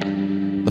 The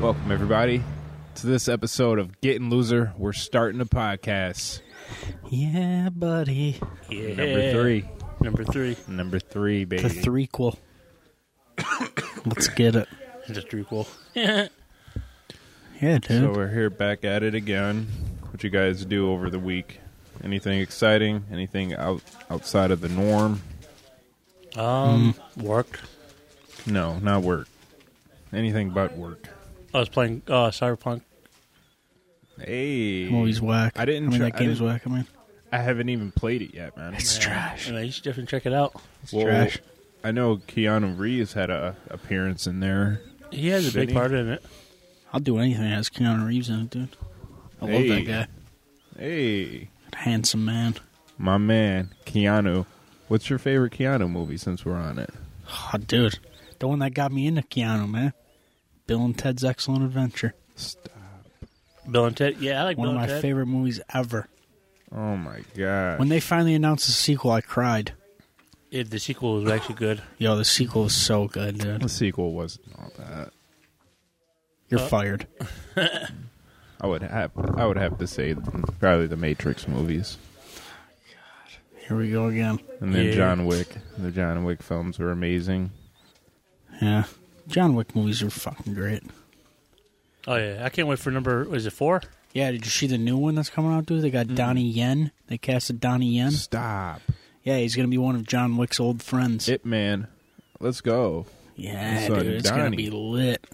Welcome everybody to this episode of Getting Loser. We're starting a podcast. Yeah, buddy. Yeah. Number three. Number three. Number three, baby. The threequel. Let's get it. Just prequel. Yeah, dude. So we're here back at it again. What you guys do over the week? Anything exciting? Anything out outside of the norm? Um, Hmm. worked. No, not work. Anything but work. I was playing uh, Cyberpunk. Hey, Movie's whack. I didn't I mean, try- that I game's didn't- whack. I mean, I haven't even played it yet, man. it's trash. And I should definitely check it out. Well, trash. I know Keanu Reeves had a appearance in there. He has a Did big he? part in it. I'll do anything that has Keanu Reeves in it, dude. I Hey. love that Hey, guy. Handsome man. my man, Keanu. What's your favorite Keanu movie since we're on it? Oh, dude. The one that got me into Keanu, man. Bill and Ted's Excellent Adventure. Stop. Bill and Ted. Yeah, I like One Bill of my and Ted. favorite movies ever. Oh my god. When they finally announced the sequel, I cried. Yeah, the sequel was actually good. Yo, the sequel is so good, dude. the sequel wasn't all that. You're fired. I would have I would have to say probably the Matrix movies. Here we go again. And then Yeah. John Wick. The John Wick films were amazing. Yeah. John Wick movies are fucking great. Oh yeah, I can't wait for number. Is it four? Yeah, did you see the new one that's coming out, dude? They Mm-hmm. got Donnie Yen. They casted Donnie Yen. Stop. Yeah, he's gonna be one of John Wick's old friends. It man. Let's go. yeah, Son, dude, it's gonna Donnie. be lit.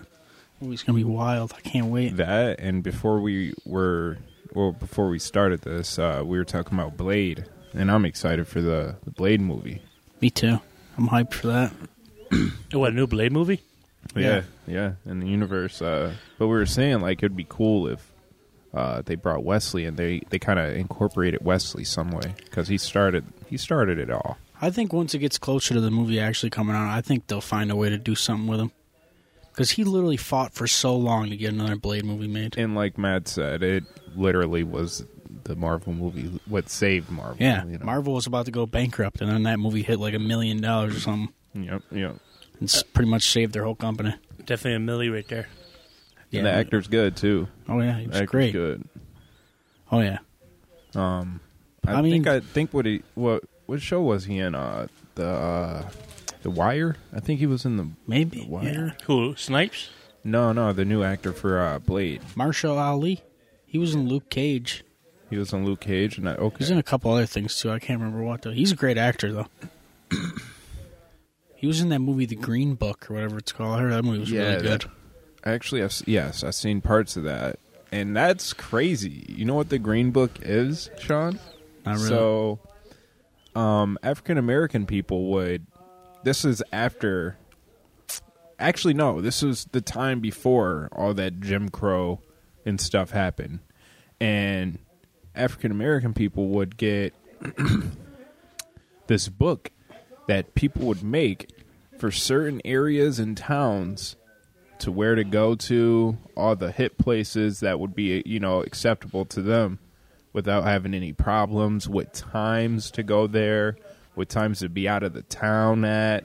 Ooh, he's gonna be wild. I can't wait. That and before we were well before we started this, uh, we were talking about Blade. And I'm excited for the, the Blade movie. Me too. I'm hyped for that. Oh, what a new Blade movie? Yeah, yeah, in the universe. Uh, but we were saying like it'd be cool if uh, they brought Wesley and they they kind of incorporated Wesley some way because he started he started it all. I think once it gets closer to the movie actually coming out, I think they'll find a way to do something with him. Because he literally fought for so long to get another Blade movie made. And like Matt said, it literally was the Marvel movie what saved Marvel. Yeah, you know? Marvel was about to go bankrupt, and then that movie hit like a million dollars or something, Yep, yep. and s- pretty much saved their whole company. Definitely a Millie right there. Yeah, and the actor's good too. oh yeah, he The was actor's great. Good. Oh yeah, Um, I, I mean- think I think what he what what show was he in? Uh, the uh, the Wire. I think he was in the maybe. Wire. Yeah. Who Snipes? No, no, the new actor for uh, Blade. Marshall Ali. He was in Luke Cage. He was in Luke Cage, and I, okay, He's in a couple other things too. I can't remember what though. He's a great actor though. he was in that movie, The Green Book or whatever it's called. I heard that movie was Yeah, really good. that- actually, I've, s- yes, I've seen parts of that, and that's crazy. You know what the Green Book is, Sean? Not really. So, um, African American people would. This is after. Actually, no. This was the time before all that Jim Crow and stuff happened, and African American people would get this book that people would make for certain areas and towns to where to go to, all the hit places that would be, you know, acceptable to them without having any problems, what times to go there, what times to be out of the town at.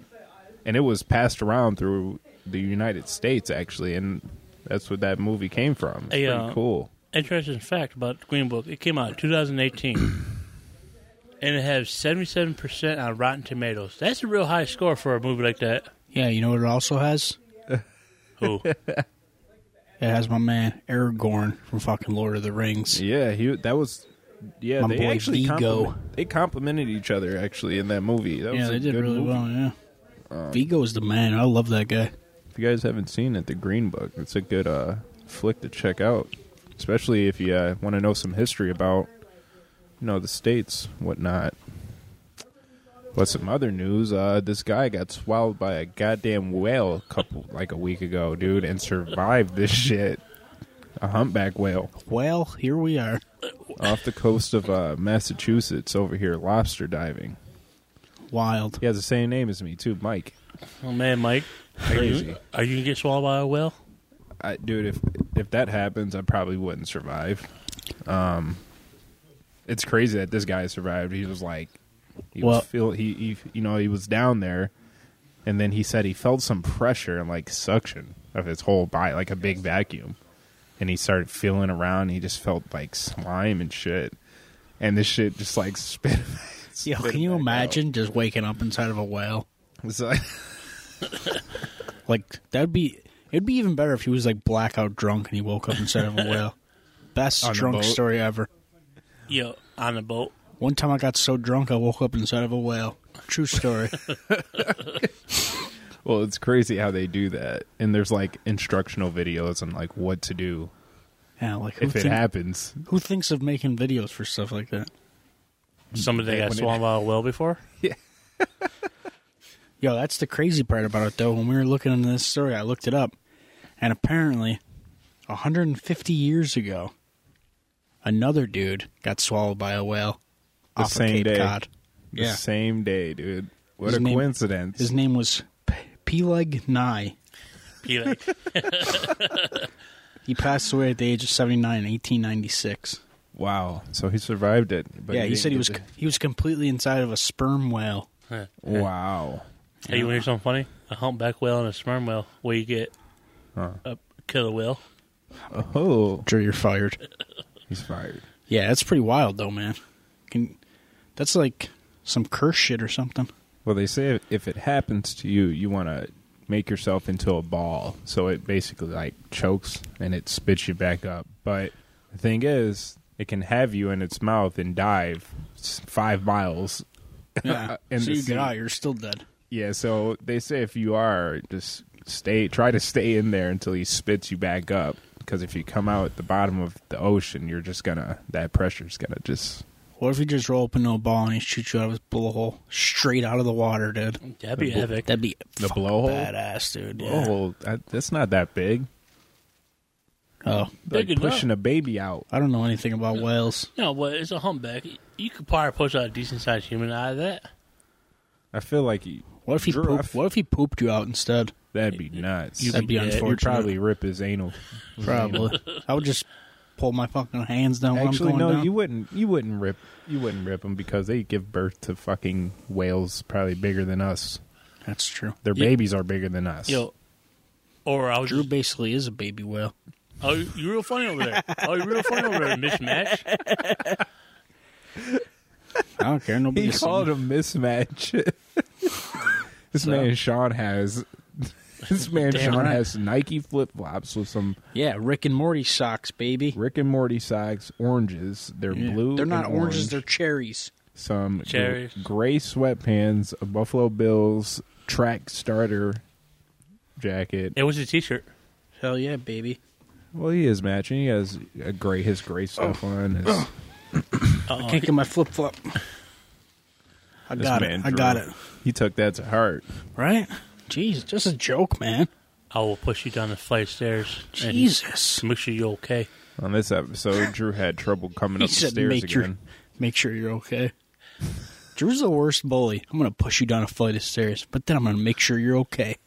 And it was passed around through the United States actually and that's what that movie came from. It's Hey, pretty uh, cool. Interesting fact about Green Book. It came out in 2018, and it has 77 percent on Rotten Tomatoes. That's a real high score for a movie like that. yeah, you know what it also has? Who? It has my man Aragorn from fucking Lord of the Rings. Yeah, he that was yeah, My they boy actually Vigo. compliment- they complimented each other actually in that movie. That Yeah, was a they did good really movie. Um, well. Yeah, Vigo's the man. I love that guy. If you guys haven't seen it, The Green Book, it's a good uh, flick to check out, especially if you uh, want to know some history about, you know, the states, whatnot. But some other news, uh, this guy got swallowed by a goddamn whale a couple like a week ago, dude, and survived this shit. A humpback whale Well, here we are. off the coast of uh, Massachusetts over here, lobster diving. Wild. He has the same name as me too, Mike. Oh man, Mike, are Crazy. you, are you gonna get swallowed by a whale? I, dude, if if that happens, I probably wouldn't survive. Um, it's crazy that this guy survived. He was like, he Well- was feel he, he you know he was down there, and then he said he felt some pressure and like suction of his whole body, like a big vacuum, and he started feeling around. And he just felt like slime and shit, and this shit just like spit. Yo, spit can you back out. imagine just waking up inside of a whale? It's like- Like that'd be. It'd be even better if he was like blackout drunk and he woke up inside of a whale. Best On the drunk boat. story ever. Yo, on the boat. One time I got so drunk I woke up inside of a whale. True story. Well, it's crazy how they do that, and there's like instructional videos on like what to do yeah, like who, if it think- happens. who thinks of making videos for stuff like that? Somebody that got when it- swallowed by a whale before. Yo, that's the crazy part about it, though. When we were looking into this story, I looked it up, and apparently, 150 years ago, another dude got swallowed by a whale The off of same Cape day. Cod. The Yeah, same day, dude. What His a name- coincidence. his name was P- Peleg Nye. He like, He passed away at the age of 79 in 1896. wow. So he survived it. But yeah, he said didn't he was get he was completely inside of a sperm whale. hey, the- wow. you want to hear something funny? A humpback whale and a sperm whale. Where you get Huh. a killer whale? Oh, Drew, you're fired. he's fired. Yeah, that's pretty wild, though, man. Can, that's like some curse shit or something. Well, they say if- if it happens to you, you want to make yourself into a ball. So it basically like chokes and it spits you back up. But the thing is, it can have you in its mouth and dive s- five miles. Yeah. In so the you sea. get out, you're still dead. Yeah, so they say if you are, just stay, try to stay in there until he spits you back up. Because if you come out at the bottom of the ocean, you're just gonna, that pressure's gonna just, What if he just roll up into a ball and he shoots you out of his blowhole straight out of the water, dude? That'd be The bo- epic. That'd be The fucking blowhole? badass, dude. Yeah. oh, that, that's not that big. Oh, Like Big enough. pushing a baby out. I don't know anything about whales. No, but it's a humpback. You could probably push out a decent sized human out of that. I feel like you, What if he Drew, I pooped, f- what if he pooped you out instead? that'd be nuts. That'd be yeah, You'd you'd unfortunate. probably rip his anal. probably. I would just pull my fucking hands down when Actually, I'm going no, down. you wouldn't. You wouldn't rip. You wouldn't rip them because they give birth to fucking whales, probably bigger than us. That's true. Their Yeah. babies are bigger than us. Yo, or I was Drew just basically is a baby whale. Oh, you're real funny over there. Oh, you're real funny over there, mismatch. I don't care. Nobody He called a mismatch. this man Sean has this man Damn Sean right. has Nike flip flops with some Yeah, Rick and Morty socks, baby. Rick and Morty socks, oranges. They're Yeah. blue. They're not and orange. oranges, they're cherries. some gr- Cherries. gray sweatpants, a Buffalo Bills track starter jacket. It was a T-shirt. Hell yeah, baby. Well, he is matching. He has a gray his gray Oh. stuff on. His, Uh-uh. I can't get my flip flop. I this got it. man I got Drew. it. He took that to heart. Right? Jeez, just a joke, man. I will push you down the flight of stairs. and Jesus. make sure you're okay. On this episode, Drew had trouble coming He up the said, stairs make, again. your, make sure you're okay. Drew's the worst bully. I'm going to push you down a flight of stairs, but then I'm going to make sure you're okay.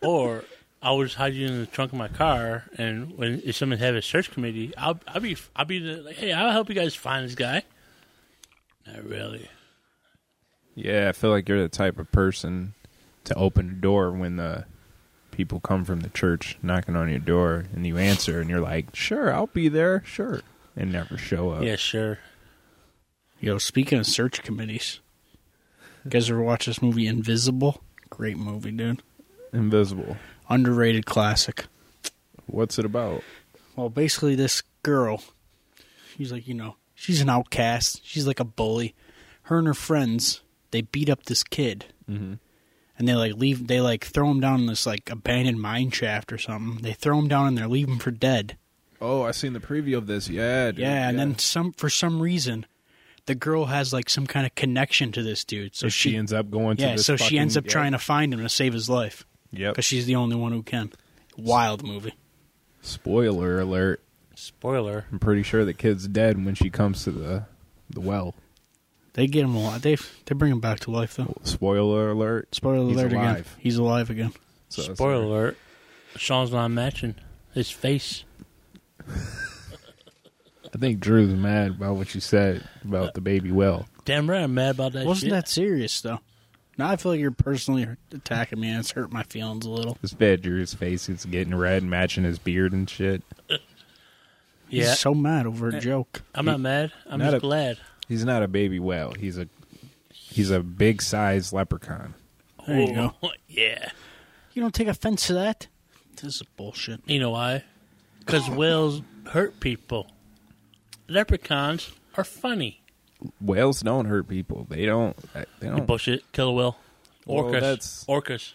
Or I will just hide you in the trunk of my car, and when if someone have a search committee, I'll I'll be I'll be the, like, hey, I'll help you guys find this guy. Not really. Yeah, I feel like you're the type of person to open the door when the people come from the church knocking on your door and you answer and you're like, "Sure, I'll be there." Sure. And never show Oh. up. Yeah, sure. Yo, speaking of search committees, you guys ever watch this movie, Invisible? Great movie, dude. Invisible. Underrated classic. What's it about? Well, basically, this girl, she's like, you know, she's an outcast. She's like a bully. Her and her friends, they beat up this kid. Mm-hmm. And they like leave, they like throw him down in this like abandoned mine shaft or something. They throw him down and they're leaving for dead. Oh, I seen the preview of this. Yeah, dude. Yeah, and then some for some reason, the girl has like some kind of connection to this dude. So if she, she, ends up going to yeah, this so she ends up fucking- trying to find him to save his life Yep. because she's the only one who can. Wild movie. Spoiler alert. Spoiler. I'm pretty sure the kid's dead when she comes to the the well. They get him alive. They they bring him back to life though. Spoiler alert. Spoiler He's alert again. alive. He's alive again. So it's- Spoiler alert. Sean's not matching his face. I think Drew's mad about what you said about the baby well. Damn right, I'm mad about that. Wasn't shit. that serious though? Now I feel like you're personally attacking me, and it's hurt my feelings a little. This bad Drew's face is getting red, matching his beard and shit. Yeah, He's so mad over a joke. I'm not mad. I'm Not just a- glad. He's not a baby whale. He's a he's a big size leprechaun. There you go. Oh, Yeah. You don't take offense to that. This is bullshit. You know why? Because whales hurt people. Leprechauns are funny. Whales don't hurt people. They don't. uh, They Oh. don't. Bullshit. Kill a whale. Well, Orcas. that's- Orcas.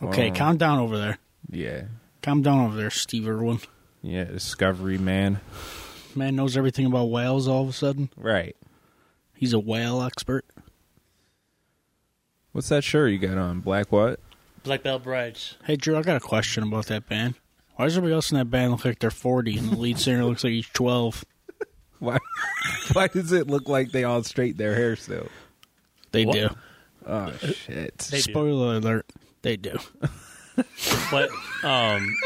Okay, Oh. calm down over there. Yeah, Calm down over there, Steve Irwin. yeah. Discovery man. Man knows everything about whales. All of a sudden, Right. he's a whale expert. What's that shirt you got on? Black what? Black Belt Brides. Hey Drew, I got a question about that band. Why does everybody else in that band look like they're forty, and the lead singer looks like he's twelve? Why? Why does it look like they all straighten their hair still? They What? do. Oh shit! They do. Spoiler alert. They do. But um,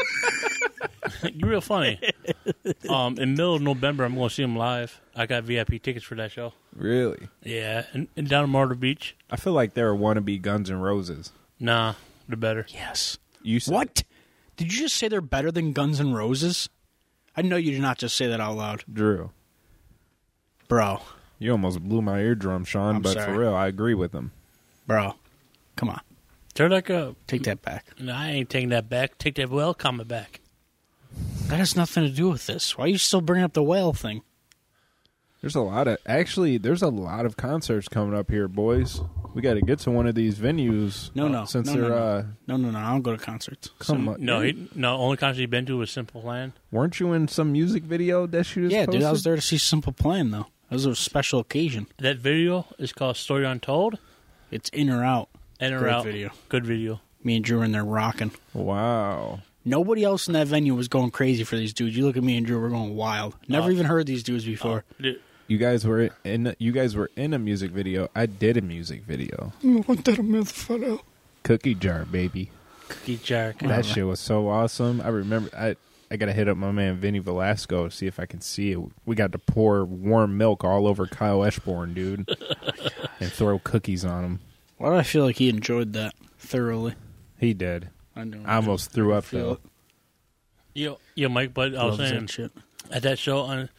you're real funny. Um, in middle of November, I'm going to see them live. I got VIP tickets for that show. Really? Yeah, and, and down in Martyr Beach. I feel like they're a wannabe Guns N' Roses. Nah, they're better. Yes. You said, What? Did you just say they're better than Guns N' Roses? I know you did not just say that out loud, Drew? bro. You almost blew my eardrum, Sean. I'm but sorry. for real, I agree with them. Bro, come on, They're like a. take that back. No, I ain't taking that back. Take that whale comment back. That has nothing to do with this. Why are you still bringing up the whale thing? There's a lot of actually. There's a lot of concerts coming up here, boys. We got to get to one of these venues. No, uh, no, Since no, they're no, no. uh, no, no, no. I don't go to concerts. come on. No, he, no. Only concert he been to was Simple Plan. weren't you in some music video that you just Yeah, posted? dude, I was there to see Simple Plan though. That was a special occasion. That video is called Story Untold. It's in or out. In or Great out. video. Good video. Me and Drew were in there rocking. Wow. Nobody else in that venue was going crazy for these dudes. You look at me and Drew, we're going wild. Never No. even heard these dudes before. Dude, You guys were in. You guys were in a music video. I did a music video. Cookie jar, baby. Cookie jar. Oh, That shit was so awesome. I remember. I I gotta hit up my man Vinny Velasco to see if I can see it. We got to pour warm milk all over Kyle Eschborn, dude, Oh and throw cookies on him. Why do I feel like he enjoyed that thoroughly? He did. I don't I almost threw up feel though. it. Yo, yo, Mike. But I was Loves saying that shit. at that show on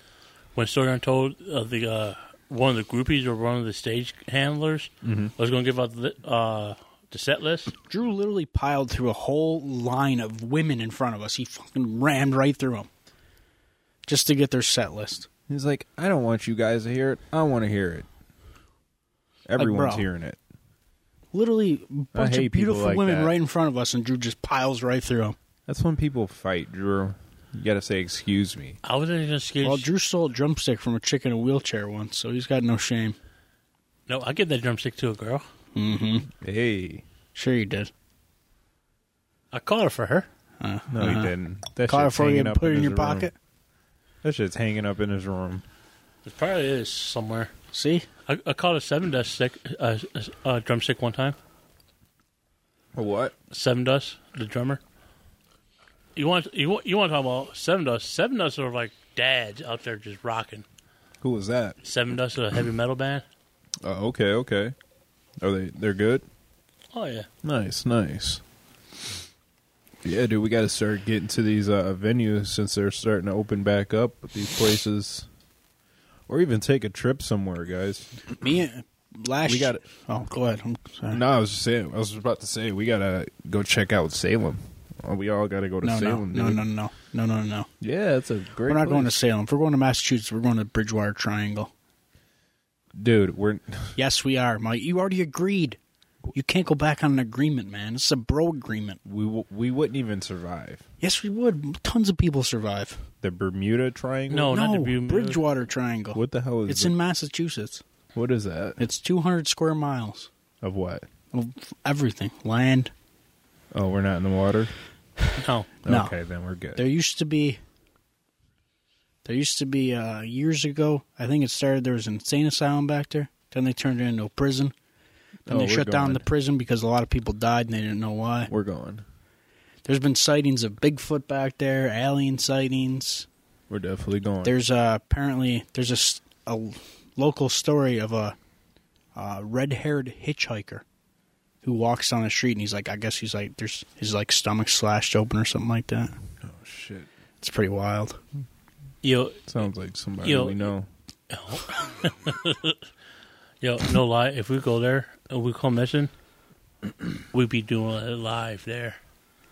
when Story Untold, uh, the uh, one of the groupies or one of the stage handlers Mm-hmm. was going to give out the, uh, the set list. Drew literally piled through a whole line of women in front of us. He fucking rammed right through them just to get their set list. He's like, I don't want you guys to hear it. I want to hear it. Everyone's bro. hearing it. Literally, a bunch hate of people beautiful like women that. right in front of us, and Drew just piles right through them. That's when people fight, Drew. You gotta say, excuse me. I was going to Well, skate. Drew stole a drumstick from a chick in a wheelchair once, so he's got no shame. No, I give that drumstick to a girl. Hey. Sure, you did. I caught it for her. No, he didn't. That Caught it shit's for you hanging and up Uh-huh. put it in his your room. pocket. That shit's hanging up in his room. It probably is somewhere. See? I, I caught a seven dust stick, uh, uh, uh, drumstick one time. What? Seven Dust, the drummer. You want you want you want to talk about Seven Dust? Seven Dust are like dads out there just rocking. Who was that? Seven Dust is a heavy metal band. Oh, okay, okay. Are they? They're good. Oh yeah, Nice, nice. Yeah, dude, we got to start getting to these uh, venues since they're starting to open back up with these places, or even take a trip somewhere, guys. Me and last We got it. Oh, go ahead. I'm sorry. No, I was just saying. I was about to say we gotta go check out Salem. Oh, We all gotta go to No, no, Salem. no, dude. no, no, no, no, no. Yeah, it's a great. We're not going to place. Salem. If we're going to Massachusetts, we're going to Bridgewater Triangle. dude. We're Yes, we are, Mike. You already agreed. You can't go back on an agreement, man. It's a bro agreement. We w- we wouldn't even survive. Yes, we would. Tons of people survive. The Bermuda Triangle. No. Oh, not the no, Bermuda. Bridgewater Triangle. What the hell is? It's it? in Massachusetts. What is that? It's 200 square miles Of what? of everything. Land. Oh, we're not in the water. No. No. Okay, then we're good. There used to be. There used to be uh, years ago. I think it started. There was an insane asylum back there. Then they turned it into a prison. Then Oh, they we're shut down going. the prison because a lot of people died and they didn't know why. We're going. There's been sightings of Bigfoot back there, alien sightings. We're definitely going. There's uh, apparently there's a s- a, local story of a, uh red-haired hitchhiker who walks down the street and he's like, I guess he's like, there's his like stomach slashed open or something like that. oh shit! It's pretty wild. Yo, Sounds like somebody Yo. we know. yo, no lie. If we go there and we come missing, we'd be doing it live there.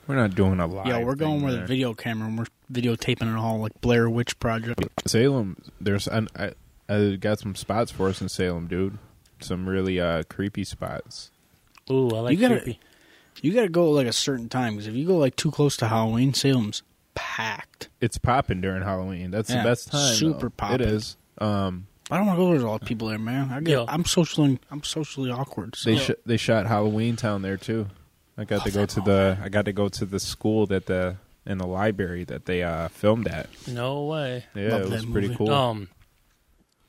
We're not doing a lot. yeah, we're going with a video camera and we're videotaping it all like Blair Witch Project. Salem. There's an, I, I got some spots for us in Salem, dude. Some really uh, creepy spots. Ooh, I like You gotta- creepy. You got to go like a certain time because if you go like too close to Halloween, Salem's packed. It's popping during Halloween. That's Yeah, the best time. super though. poppin'. It is. Um, I don't want to go. There's a lot of people there, man. I get. Yeah. I'm socially. I'm socially awkward. So. Oh, They sh- they shot Halloween Town there too. I got to go to the I got to go to the school that the in the library that they uh, filmed at. No way. Yeah, Love it that was pretty movie. cool. Um,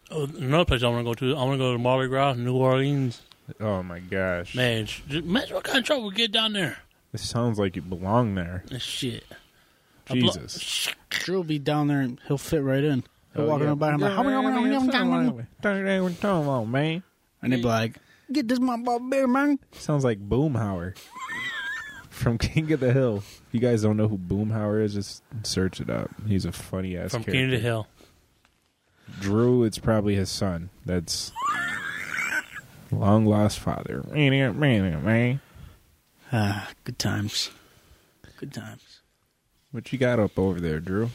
Um, oh, another place I want to go to. I want to go to Mardi Gras, New Orleans. oh my gosh, Man, it's- just, man, what kind of trouble we get down there? this sounds like you belong there. Shit. I blo- Jesus. Drew'll be down there and he'll fit right in. He'll walk around by him like, Oh, man. and he'll be like, "Get this my ball bear, man." Sounds like Boomhauer from King of the Hill. If you guys don't know who Boomhauer is, just search it up. He's a funny ass From character. King of the Hill. Drew, it's probably his son. That's long lost father. Ah, good times. Good times. What you got up over there, Drew?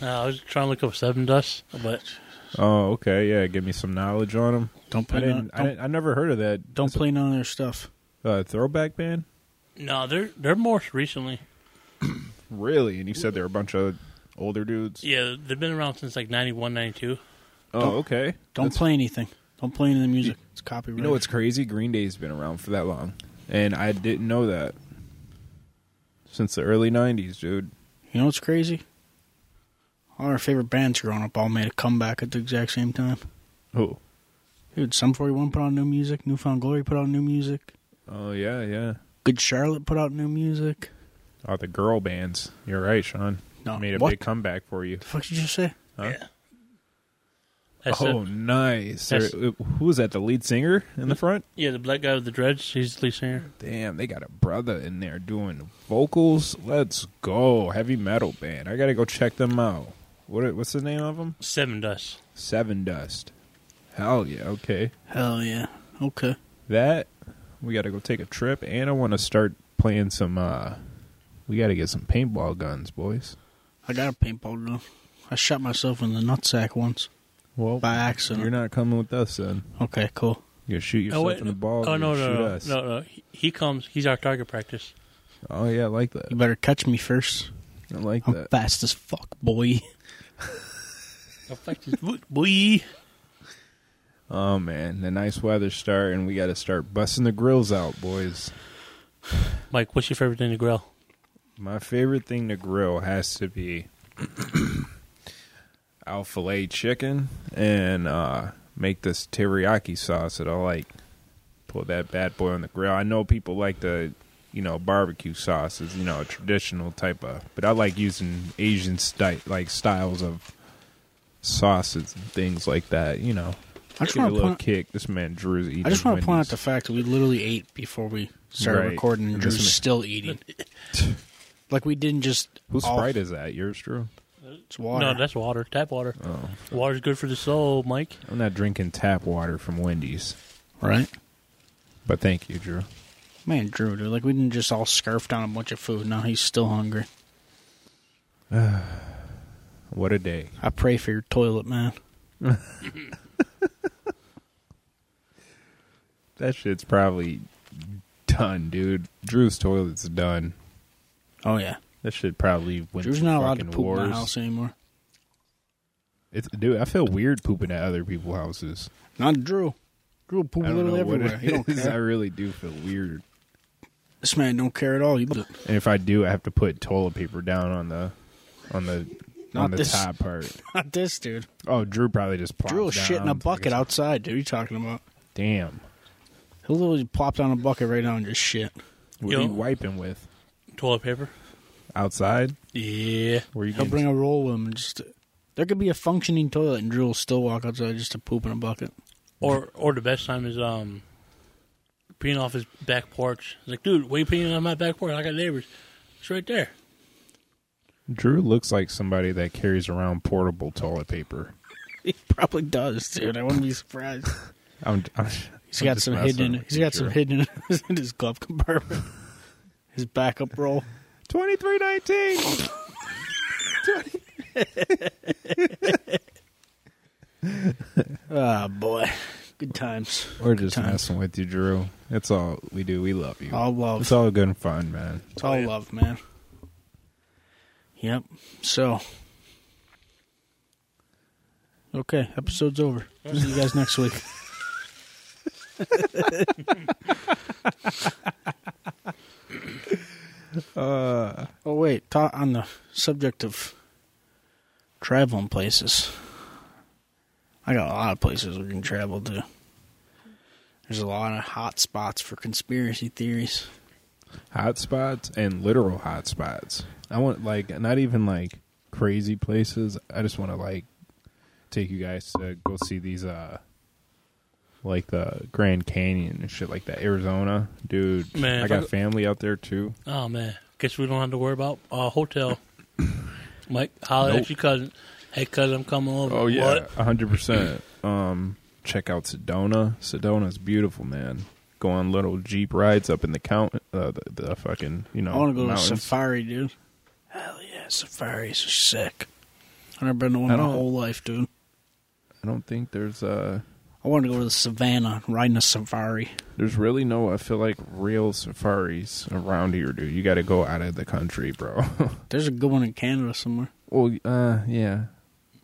Uh, I was trying to look up Seven Dust, but Oh, okay, yeah. Give me some knowledge on him. Don't uh, play. I None, didn't. I, don't didn't, I never heard of that. don't It's a- play none of their stuff. uh, throwback band. no, they're they're more recently. Really? And you said there were a bunch of older dudes. Yeah, they've been around since like 91, 92. Oh, okay. Don't That's- play anything. Don't play any of the music. It's copyright. You know what's crazy? Green Day's been around for that long, and I didn't know that. Since the early '90s, dude. You know what's crazy? All our favorite bands growing up all made a comeback at the exact same time. Who? Dude, Sum 41 put out new music. Newfound Glory put out new music. Oh yeah, yeah. Good Charlotte put out new music. Oh, the girl bands. You're right, Sean. No, Made a what? big comeback for you. The fuck did you just say? Huh? Yeah. That's oh, the, nice. That's- Or- who was that? The lead singer in the front? yeah, the black guy with the dreads. He's the lead singer. Damn, they got a brother in there doing vocals. Let's go, heavy metal band. I gotta go check them out. What? What's the name of them? Seven Dust. Seven Dust. Hell yeah. Okay, Hell yeah. Okay. that we gotta go take a trip, and I want to start playing some. uh We gotta get some paintball guns, boys. I got a paintball gun. I shot myself in the nutsack once Well, by accident. you're not coming with us, then. okay, cool. You shoot yourself in the ball. oh and no, you no, shoot no, us. no, no. He, he comes. He's our target practice. Oh yeah, I like that. You better catch me first. I like I'm that. fast as fuck, boy. Affected boy. Oh man, the nice weather's starting. We got to start busting the grills out, boys. Mike, what's your favorite thing to grill? My favorite thing to grill has to be I'll fillet chicken and uh, make this teriyaki sauce that I like. Put that bad boy on the grill. I know people like the, you know, barbecue sauces, you know, a traditional type of, but I like using Asian sty- like styles of sauces and things like that. You know, I just give it a want to little point. kick. This man Drew's eating. I just want to point out Wendy's. the fact that we literally ate before we started Right. recording, and Just Drew's mi- still eating. like we didn't just. Whose all- sprite is that? Yours, Drew? It's water. No, that's water. Tap water. Oh. Water's good for the soul, Mike. I'm not drinking tap water from Wendy's, right. but thank you, Drew. Man, Drew, dude, like we didn't just all scarf down a bunch of food. Now he's still hungry. What a day. I pray for your toilet, man. That shit's probably done, dude. Drew's toilet's done. Oh yeah, That should probably win. Drew's some not allowed to fucking poop in wars. my house anymore. It's, dude, I feel weird pooping at other people's houses. Not Drew. Drew will poop I a don't little know what everywhere. He don't it is. I care. really do feel weird. This man don't care at all. You And if I do, I have to put toilet paper down on the on the on Not the this- top part. not this dude. Oh, Drew probably just plops Drew will shit in down, a takes bucket outside. Dude, what you talking about? Damn, He'll literally plop down a bucket right now and just shit. what You are you know- wiping with Toilet paper. outside? Yeah. Where you He'll can bring a roll with him. And just there could be a functioning toilet, and Drew will still walk outside just to poop in a bucket. Or or the best time is um peeing off his back porch. It's like, dude, why you peeing on my back porch? I got neighbors. It's right there. Drew looks like somebody that carries around portable toilet paper. He probably does, dude. I wouldn't be surprised. I'm, I'm, He's I'm got just some messing hidden. with He's you, got Drew. some hidden in his glove compartment. His backup roll. 2319. Ah, boy, good times. We're just times. messing with you, Drew. That's all we do. We love you. All love. it's all good and fun, man. It's all love, man. Yep. So, okay, episode's over. See you guys next week. oh wait, ta- on the subject of traveling places, I got a lot of places we can travel to. There's a lot of hot spots for conspiracy theories. Hot spots and literal hot spots. I want like not even like crazy places. I just want to like take you guys to go see these uh like the Grand Canyon and shit like that. Arizona, dude. I Man, if I got go- family out there too. Oh man. Guess we don't have to worry about uh hotel. Mike, holler Nope. at your cousin. Hey cousin, I'm coming over. What? Oh, a hundred percent. Um, check out Sedona. Sedona's beautiful, man. Go on little jeep rides up in the count, uh, the, the fucking you know. I want to go Oh, mountains. to a safari, dude. Hell yeah, safaris are sick. I've never been to one I my don't- whole life, dude. I don't think there's uh I want to go to the savannah, riding a safari. there's really no I feel like real safaris around here, dude. You got to go out of the country, bro. There's a good one in Canada somewhere, well, uh, yeah,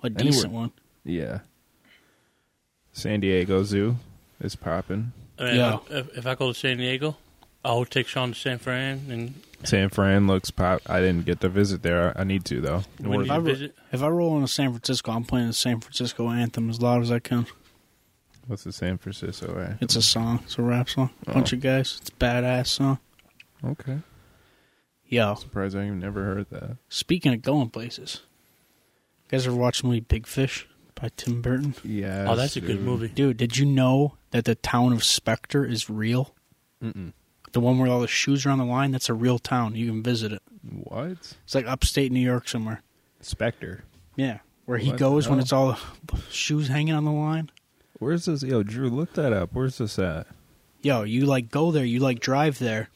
a decent Anywhere. one. yeah. San Diego Zoo is popping. I mean, Yeah. Uh, if, if I go to San Diego, I'll take Sean to San Fran and San Fran looks pop. I didn't get to visit there. I need to though. we need I to re- visit. If I roll into San Francisco, I'm playing the San Francisco anthem as loud as I can. What's the San Francisco? eh? It's a song. It's a rap song. Oh. Bunch of guys. It's a badass song. Okay. Yo, Surprised I've never heard that. speaking of going places, you guys ever watched the movie Big Fish by Tim Burton? Yeah. Oh, that's a good movie. Dude, did you know that the town of Spectre is real? Mm-mm. The one where all the shoes are on the line, that's a real town. You can visit it. What? It's like upstate New York somewhere. Spectre. Yeah. Where he What the goes when hell? it's all the shoes hanging on the line. Where's this? Yo, Drew, look that up. Where's this at? Yo, you like go there, you like drive there.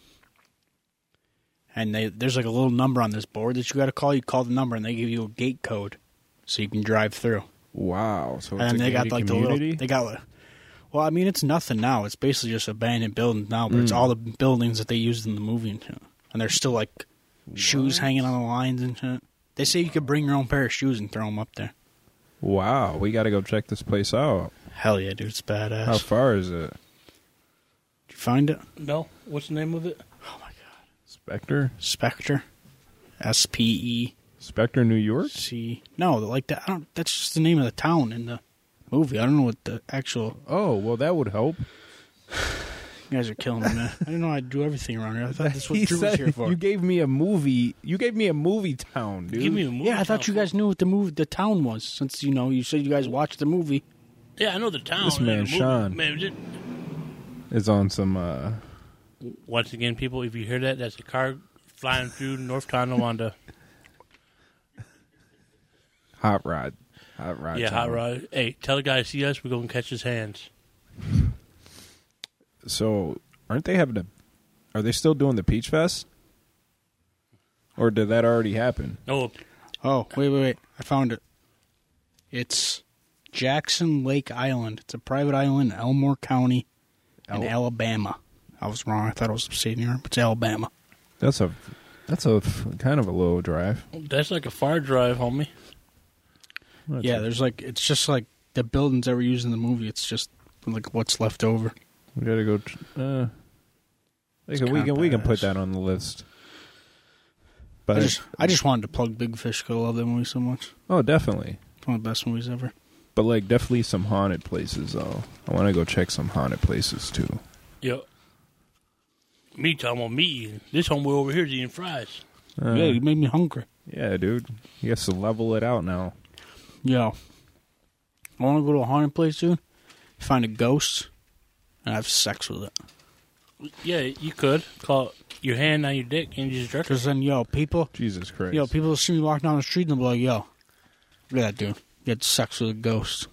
And they, there's like a little number on this board that you got to call. You call the number and they give you a gate code so you can drive through. Wow. So it's and a they got gated like the community? little they got like, well, I mean it's nothing now. It's basically just abandoned buildings now, but Hmm. it's all the buildings that they used in the movie and shit. And there's still like shoes hanging on the lines and shit. They say you could bring your own pair of shoes and throw them up there. Wow, we got to go check this place out. Hell yeah, dude, it's badass. How far is it? Did you find it? No, what's the name of it? Spectre? Spectre, S P Spectre, New York? E C. No, like that. I don't. That's just the name of the town in the movie. I don't know what the actual. Oh, well, that would help. You guys are killing me, man. I didn't know I'd do everything around here. I thought that's what He Drew was said- here for. You gave me a movie. You gave me a movie town, dude. Give me a movie. Yeah, I thought you town. guys knew what the move the town was, since you know you said you guys watched the movie. Yeah, I know the town. This and man, the movie. Sean. Man, just- It's on some. uh Once again, people, if you hear that, that's a car flying through North Tonawanda. Hot Rod. Hot Rod. yeah, hot town. rod. Hey, tell the guy to see us. We're going to catch his hands. So, aren't they having a. Are they still doing the Peach Fest? Or did that already happen? Oh, Oh, wait, wait, wait! I found it. It's Jackson Lake Island. It's a private island in Elmore County, in El- Alabama. I was wrong. I thought it was Stadium. It's Alabama. That's a that's a f- kind of a low drive. That's like a fire drive, homie. That's yeah, a- there's like it's just like the buildings that were used in the movie. It's just like what's left over. we gotta go. tr- Uh, we It's can we kinda can, we can put badass. that on the list. I But just I just wanted to plug Big Fish. 'cause I love that movie so much. oh, definitely. It's one of the best movies ever. But like, definitely some haunted places though. I want to go check some haunted places too. Yo. Me talking about me eating. This homeboy over here is eating fries. Uh, yeah, you made me hungry. yeah, dude. You have to level it out now. Yo, I want to go to a haunted place, dude. Find a ghost and have sex with it. Yeah, you could call your hand on your dick and you just jerk it. Because then, yo, people, Jesus Christ. yo, people will see me walking down the street and they'll be like, yo, look at that dude. He had sex with a ghost.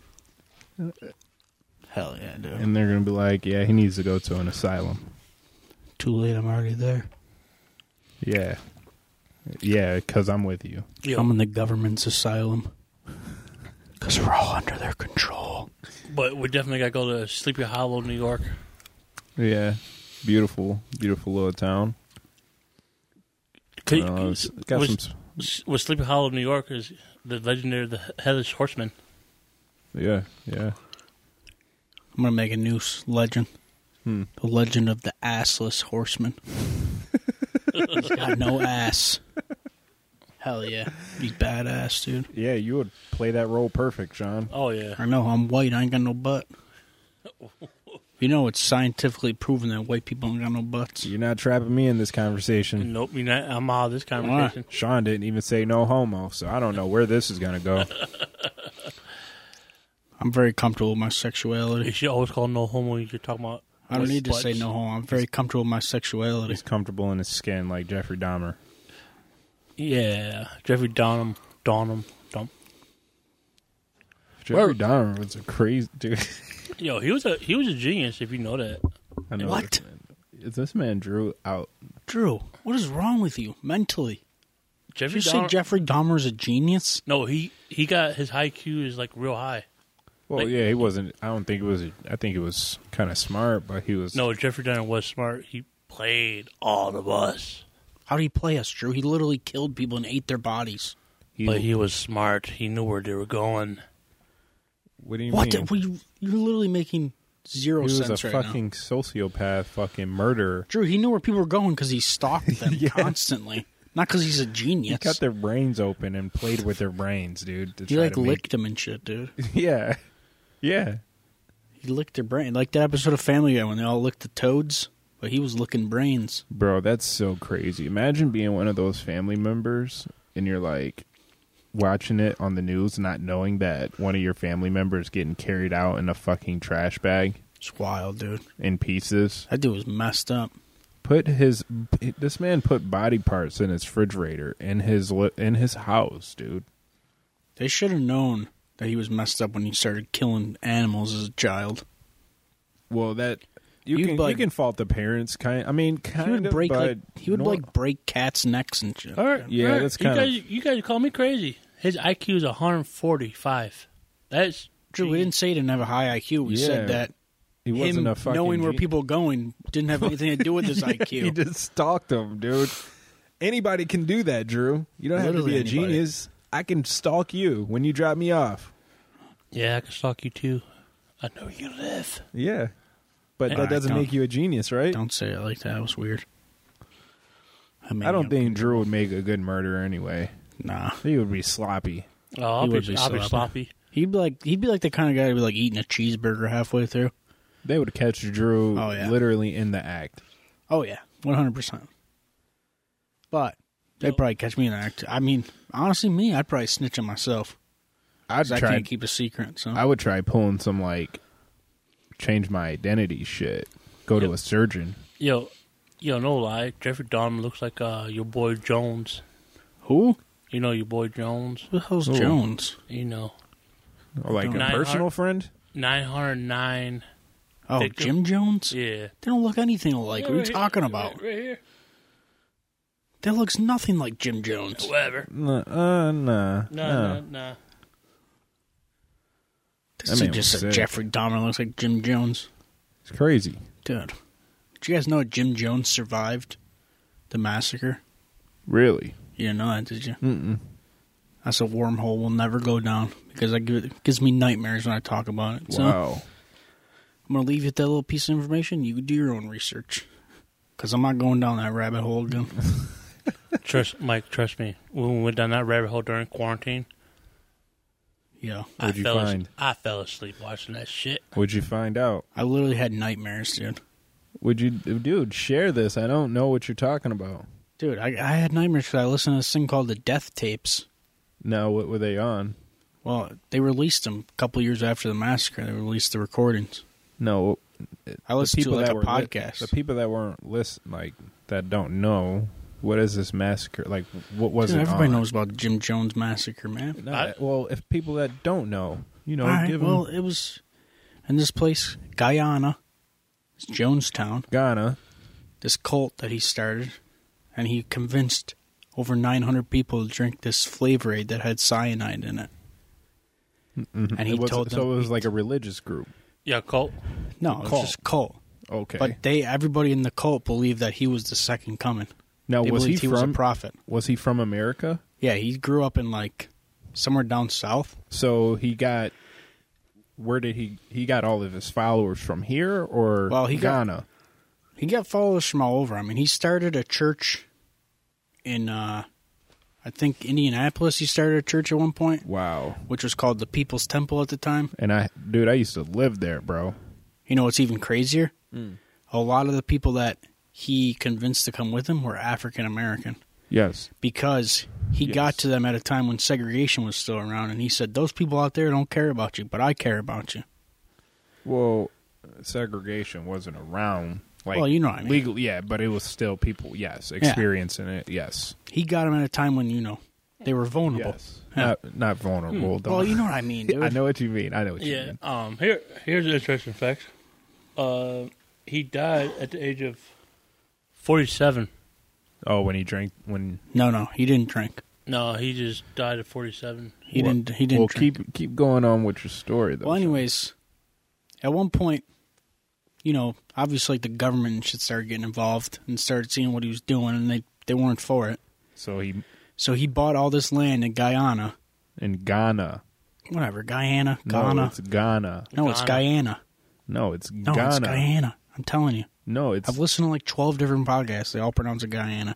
Hell yeah, dude. and they're gonna be like, yeah, he needs to go to an asylum. Too late, I'm already there. Yeah, yeah, because I'm with you. Yo, I'm in the government's asylum. Because we're all under their control. but we definitely got to go to Sleepy Hollow, New York. Yeah, beautiful, beautiful little town. Could, Uh, it's got was, some. s- was Sleepy Hollow, New York is the legendary the Headless Horseman. Yeah, yeah. I'm going to make a new s- legend. Hmm. The legend of the assless horseman. He's got no ass. Hell yeah. He's badass, dude. Yeah, you would play that role perfect, John. Oh, yeah. I know I'm white. I ain't got no butt. You know it's scientifically proven that white people ain't got no butts. You're not trapping me in this conversation. Nope, you're not, I'm out of this conversation. Sean didn't even say no homo, so I don't know where this is gonna go. I'm very comfortable with my You sexuality. should always call no homo. You're talking about. I don't what's need to butts. say no homo. I'm very comfortable with my sexuality. He's comfortable in his skin like Jeffrey Dahmer. Yeah, Jeffrey Donham, Donham, Donham. Jeffrey Dahmer was a crazy dude. Yo, he was a he was a genius. If you know that, I know What? this man- Is this man drew out? Drew, what is wrong with you mentally? Did Jeffrey you say Donham. Jeffrey Dahmer's a genius? no, he he got his IQ is like real high. Well, Like- yeah, he wasn't. I don't think it was. I think it was kind of smart, but he was. No, Jeffrey Donham was smart. He played all of us, How do you play us, Drew? He literally killed people and ate their bodies. he, but he was smart. He knew where they were going. what do you What? mean? The, what you, you're literally making zero he was sense a right now. fucking sociopath, fucking murderer. Drew, he knew where people were going because he stalked them constantly. Not because he's a He genius. cut their brains open and played with their brains, dude. to he try like to make- licked him and shit, dude. Yeah, yeah. He licked their brain. Like that episode of Family Guy when they all licked the toads, but he was licking brains. Bro, that's so crazy. Imagine being one of those family members and you're like watching it on the news, not knowing that one of your family members getting carried out in a fucking trash bag It's wild, dude. in pieces. That dude was messed up. Put his this man put body parts in his refrigerator in his li- in his house, dude. They should have known that he was messed up when he started killing animals as a child. Well, that you You'd can like- you can fault the parents. Kind, I mean, He kind would of, break but like he would no- like break cats' necks and shit. All right, yeah, Right. that's you kind guys. You guys call me crazy. His IQ is 145. That's Drew, we didn't say he didn't have a high IQ. We Yeah, said that he him wasn't a fucking knowing where gen- people going didn't have anything to do with his He IQ. just stalked them, dude. Anybody can do that, Drew. You don't Literally have to be a anybody. genius. I can stalk you when you drop me off. Yeah, I can stalk you too. I know where you live. Yeah. But that Alright, doesn't don't- make you a genius, right? Don't say it like that. It was weird. mean, I don't think Drew would make a good murderer anyway. Nah, He would be sloppy. Oh, I'll, He be, would be I'll be sloppy. sloppy. he'd be like he'd be like the kind of guy to be like eating a cheeseburger halfway through. They would catch Drew Oh, yeah. literally in the act. Oh yeah, one hundred percent. But they'd Yep. probably catch me in an act. I mean, honestly, me, I'd probably snitch on myself. I'd 'cause I try can't keep a secret. So I would try pulling some like change my identity shit. Go to a surgeon. Yo, yo, no lie. Jeffrey Dahmer looks like uh, your boy Jones. who? You know your boy Jones. Who the hell's Jones? You know, Or like Nine a personal heart- friend? nine hundred nine. Oh, Victor- Jim Jones. Yeah. They don't look anything alike. what are you talking about? Right, here. That looks nothing like Jim Jones. Whatever. Nah, uh, nah. Nah, nah, nah. This man just was said sick. Jeffrey Dahmer looks like Jim Jones, It's crazy. dude. Did you guys know Jim Jones survived the massacre? Really? You didn't know that, did you? Mm-mm. That's a wormhole we'll never go down because I give, it gives me nightmares when I talk about it. So Wow. I'm gonna leave you with that little piece of information. You do your own research because I'm not going down that rabbit hole again. Trust Mike, trust me. When we went down that rabbit hole during quarantine, yeah, I What'd you fell, as- find? I fell asleep watching that shit. Would you find out? I literally had nightmares, dude. Would you, dude? Share this. I don't know what you're talking about. Dude, I, I had nightmares because I listened to this thing called the Death Tapes. Now, what were they on? Well, they released them a couple years after the massacre. They released the recordings. No, I listened to like a were li- podcast. the people that weren't list like that don't know what is this massacre like. What was Dude, it? everybody on? knows about the Jim Jones massacre, man. No, I- well, if people that don't know, you know, All right, give 'em well, it was in this place, Guyana. It's Jonestown. Ghana. This cult that he started, and he convinced over 900 people to drink this flavor aid that had cyanide in it. And he It was- told them, so it was like a religious group. Yeah, Colt. no, it was cult. just cult. Okay. But they, everybody in the cult, believed that he was the second coming. now they was he believed he, from was a prophet. was he from America? Yeah, he grew up in like somewhere down south. So he got where did he he got all of his followers from here or Well, he got- Ghana? He got followers from all over. I mean, he started a church in, uh, I think, Indianapolis. He started a church at one point, wow. which was called the People's Temple at the time. And I dude, I used to live there, bro. You know what's even crazier? Hmm. A lot of the people that he convinced to come with him were African American Yes. because he got Yes. to them at a time when segregation was still around, and he said, "Those people out there don't care about you, but I care about you." Well, segregation wasn't around like Well, you know what I mean. legal yeah, but it was still people, yes, experiencing it. Yes. He got them at a time when you know they were vulnerable. Yes. Yeah. Hmm. Not not vulnerable. Don't, Well, you know what I mean. Dude. I know what you mean. I know what you Yeah. mean. Um. Here, here's an interesting fact. Uh, he died at the age of forty-seven. Oh, when he drank when No, no, he didn't drink. No, he just died at forty-seven. He Well- didn't. He didn't. Well, drink. keep keep going on with your story though. Well, anyways, at one point, you know, obviously like, the government should start getting involved and started seeing what he was doing, and they they weren't for it. so he So he bought all this land in Guyana, in Ghana. whatever, Guyana, No, Ghana. No, it's it's, Ghana. Guyana. No, it's No, Ghana. it's Guyana. I'm telling you, No, it's I've listened to like twelve different podcasts. They all pronounce it Guyana.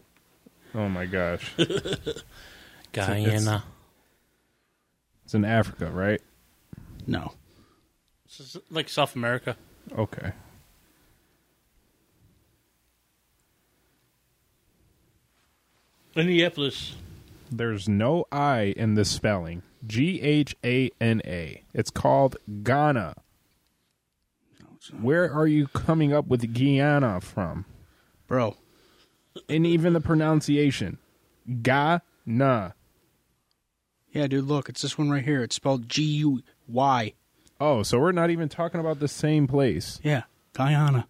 oh my gosh, Guyana. it's in Africa, right? No, It's like South America. Okay, Indianapolis. there's no I in this spelling. G H A N A. It's called Ghana. Where are you coming up with Guyana from? bro. And even the pronunciation, Ghana. Yeah, dude, look, it's this one right here. It's spelled G U Y. Oh, so we're not even talking about the same place. Yeah, Guyana.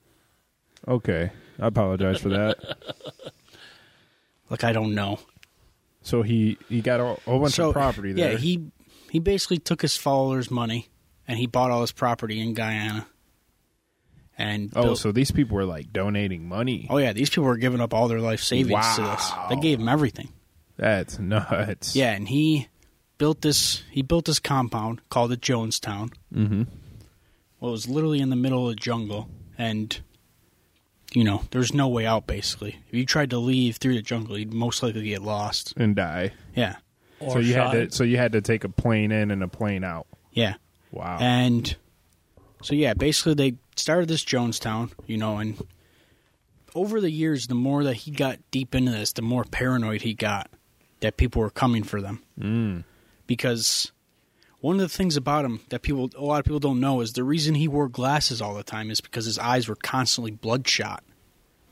Okay, I apologize for that. Look, I don't know. So he he got a whole bunch of property there. Yeah, he he basically took his followers' money and he bought all his property in Guyana. And oh, built- so these people were like donating money. oh yeah, these people were giving up all their life savings to this. Wow. They gave him everything. That's nuts. Yeah, and he built this. He built this compound called it Jonestown. Mm-hmm. Well, it was literally in the middle of the jungle, and you know, there's no way out. Basically, if you tried to leave through the jungle, you'd most likely get lost. and die. Yeah, Or so you shot. had to so you had to take a plane in and a plane out. yeah. Wow. And so yeah, basically they started this Jonestown, you know, and over the years the more that he got deep into this, the more paranoid he got that people were coming for them. Mm. Because one of the things about him that people a lot of people don't know is the reason he wore glasses all the time is because his eyes were constantly bloodshot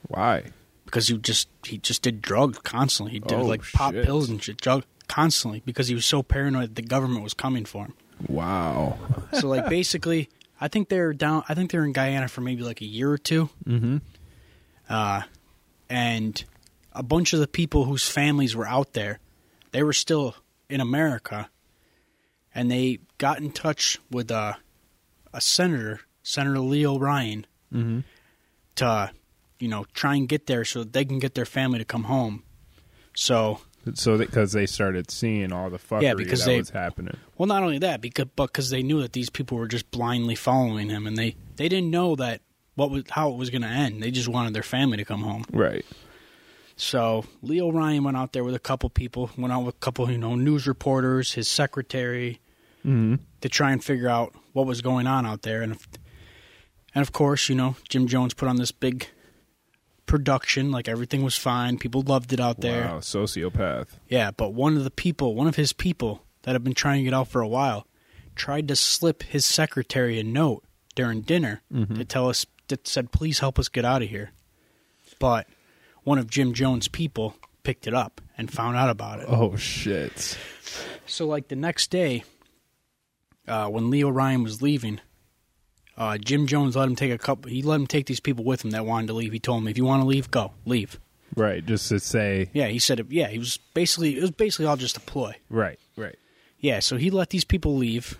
Why? because he just he just did drugs constantly. He did Oh, like pop shit. pills and shit drug constantly because he was so paranoid that the government was coming for him. Wow. So like basically, I think they're down. I think they're in Guyana for maybe like a year or 2 Hmm. Mm-hmm. Uh, and a bunch of the people whose families were out there, they were still in America, and they got in touch with uh, a, a senator, Senator Leo Ryan, to you know, try and get there so that they can get their family to come home. So, So because they started seeing all the fuckery Yeah, because that they- was happening. well, not only that, because but because they knew that these people were just blindly following him, and they they didn't know that what was how it was going to end. They just wanted their family to come home. Right. So Leo Ryan went out there with a couple people, went out with a couple, you know, news reporters, his secretary, to try and figure out what was going on out there, and if, and of course, you know, Jim Jones put on this big production, like everything was fine, people loved it out there, Wow, sociopath. yeah. But one of the people, one of his people that had been trying to get out for a while, tried to slip his secretary a note during dinner to tell us that said, "Please help us get out of here." But one of Jim Jones' people picked it up and found out about it. Oh shit. So, like the next day, uh, when Leo Ryan was leaving, uh, Jim Jones let him take a couple. He let him take these people with him that wanted to leave. He told him, "If you want to leave, go leave." Right, just to say Yeah, he said. Yeah, he was basically it was basically all just a ploy. right, right. Yeah, so he let these people leave,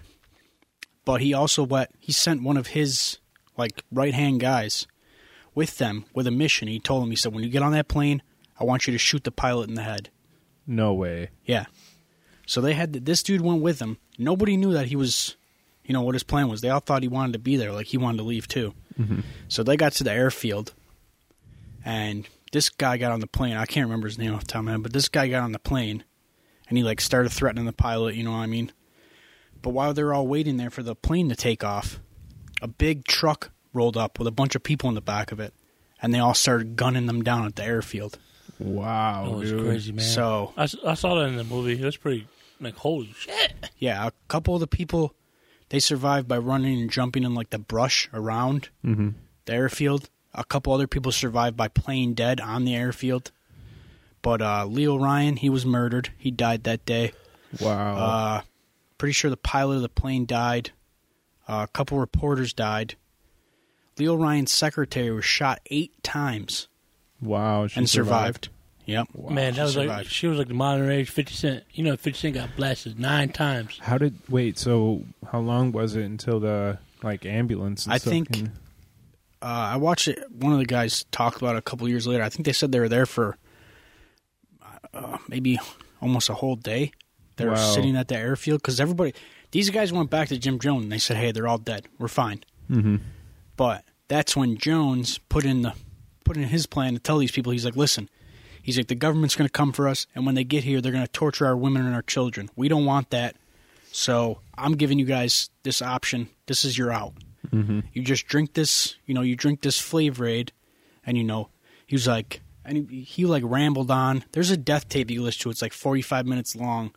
but he also let he sent one of his like right hand guys with them with a mission. He told him he said, "When you get on that plane, I want you to shoot the pilot in the head." No way. Yeah. So they had this dude went with them. Nobody knew that he was, you know, what his plan was. They all thought he wanted to be there, like he wanted to leave too. So they got to the airfield, and this guy got on the plane. I can't remember his name off the top of my head, but this guy got on the plane, and he like started threatening the pilot. You know what I mean? But while they're all waiting there for the plane to take off, a big truck rolled up with a bunch of people in the back of it, and they all started gunning them down at the airfield. Wow, That was dude. crazy, man. So- I, s- I saw that in the movie. It was pretty like holy shit. Yeah, a couple of the people they survived by running and jumping in like the brush around Mm-hmm. the airfield. A couple other people survived by playing dead on the airfield. But uh, Leo Ryan, he was murdered. He died that day. Wow. Uh, pretty sure the pilot of the plane died. Uh, a couple reporters died. Leo Ryan's secretary was shot eight times wow. she and survived. Yep. man, that she was like survived. she was like the modern age Fifty Cent. You know, Fifty Cent got blasted nine times. How did wait, so how long was it until the like ambulance and I stuff think- came? Uh, I watched it. One of the guys talked about it a couple years later. I think they said they were there for uh, maybe almost a whole day. They were Wow. sitting at the airfield because everybody, these guys went back to Jim Jones and they said, "Hey, they're all dead. We're fine." Mm-hmm. But that's when Jones put in the put in his plan to tell these people. He's like, "Listen." He's like, the government's going to come for us, and when they get here, they're going to torture our women and our children. We don't want that. So I'm giving you guys this option. This is your out. You just drink this, you know, you drink this Flavor Aid, and you know, he was like, and he, he like rambled on. There's a death tape you listen to. It's like 45 minutes long,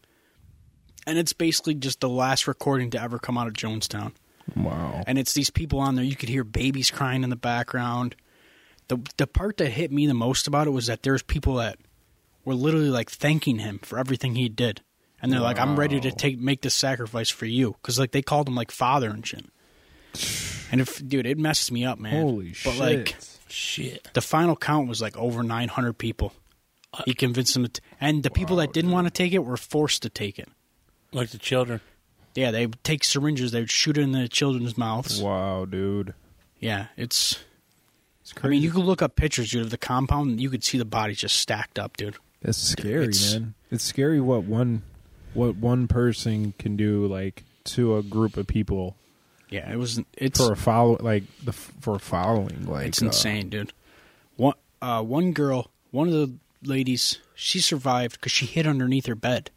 and it's basically just the last recording to ever come out of Jonestown. Wow. And it's these people on there. You could hear babies crying in the background. The the part that hit me the most about it was that there's people that were literally like thanking him for everything he did, and they're like, "I'm ready to take make this sacrifice for you," because like they called him like father and shit. And if dude, it messed me up, man. Holy but shit. like Shit. the final count was like over 900 people. He convinced them, to t- and the people that didn't want to take it were forced to take it. Like the children. Yeah, they would take syringes, they would shoot it in the children's mouths. wow, dude. Yeah, it's It's I mean, you could look up pictures, dude, of the compound, and you could see the bodies just stacked up, dude. That's scary, It's- man. It's scary what one what one person can do like to a group of people Yeah, it was. It's for a follow like the for a following like it's uh, insane, dude. One uh, one girl, one of the ladies, she survived because she hid underneath her bed,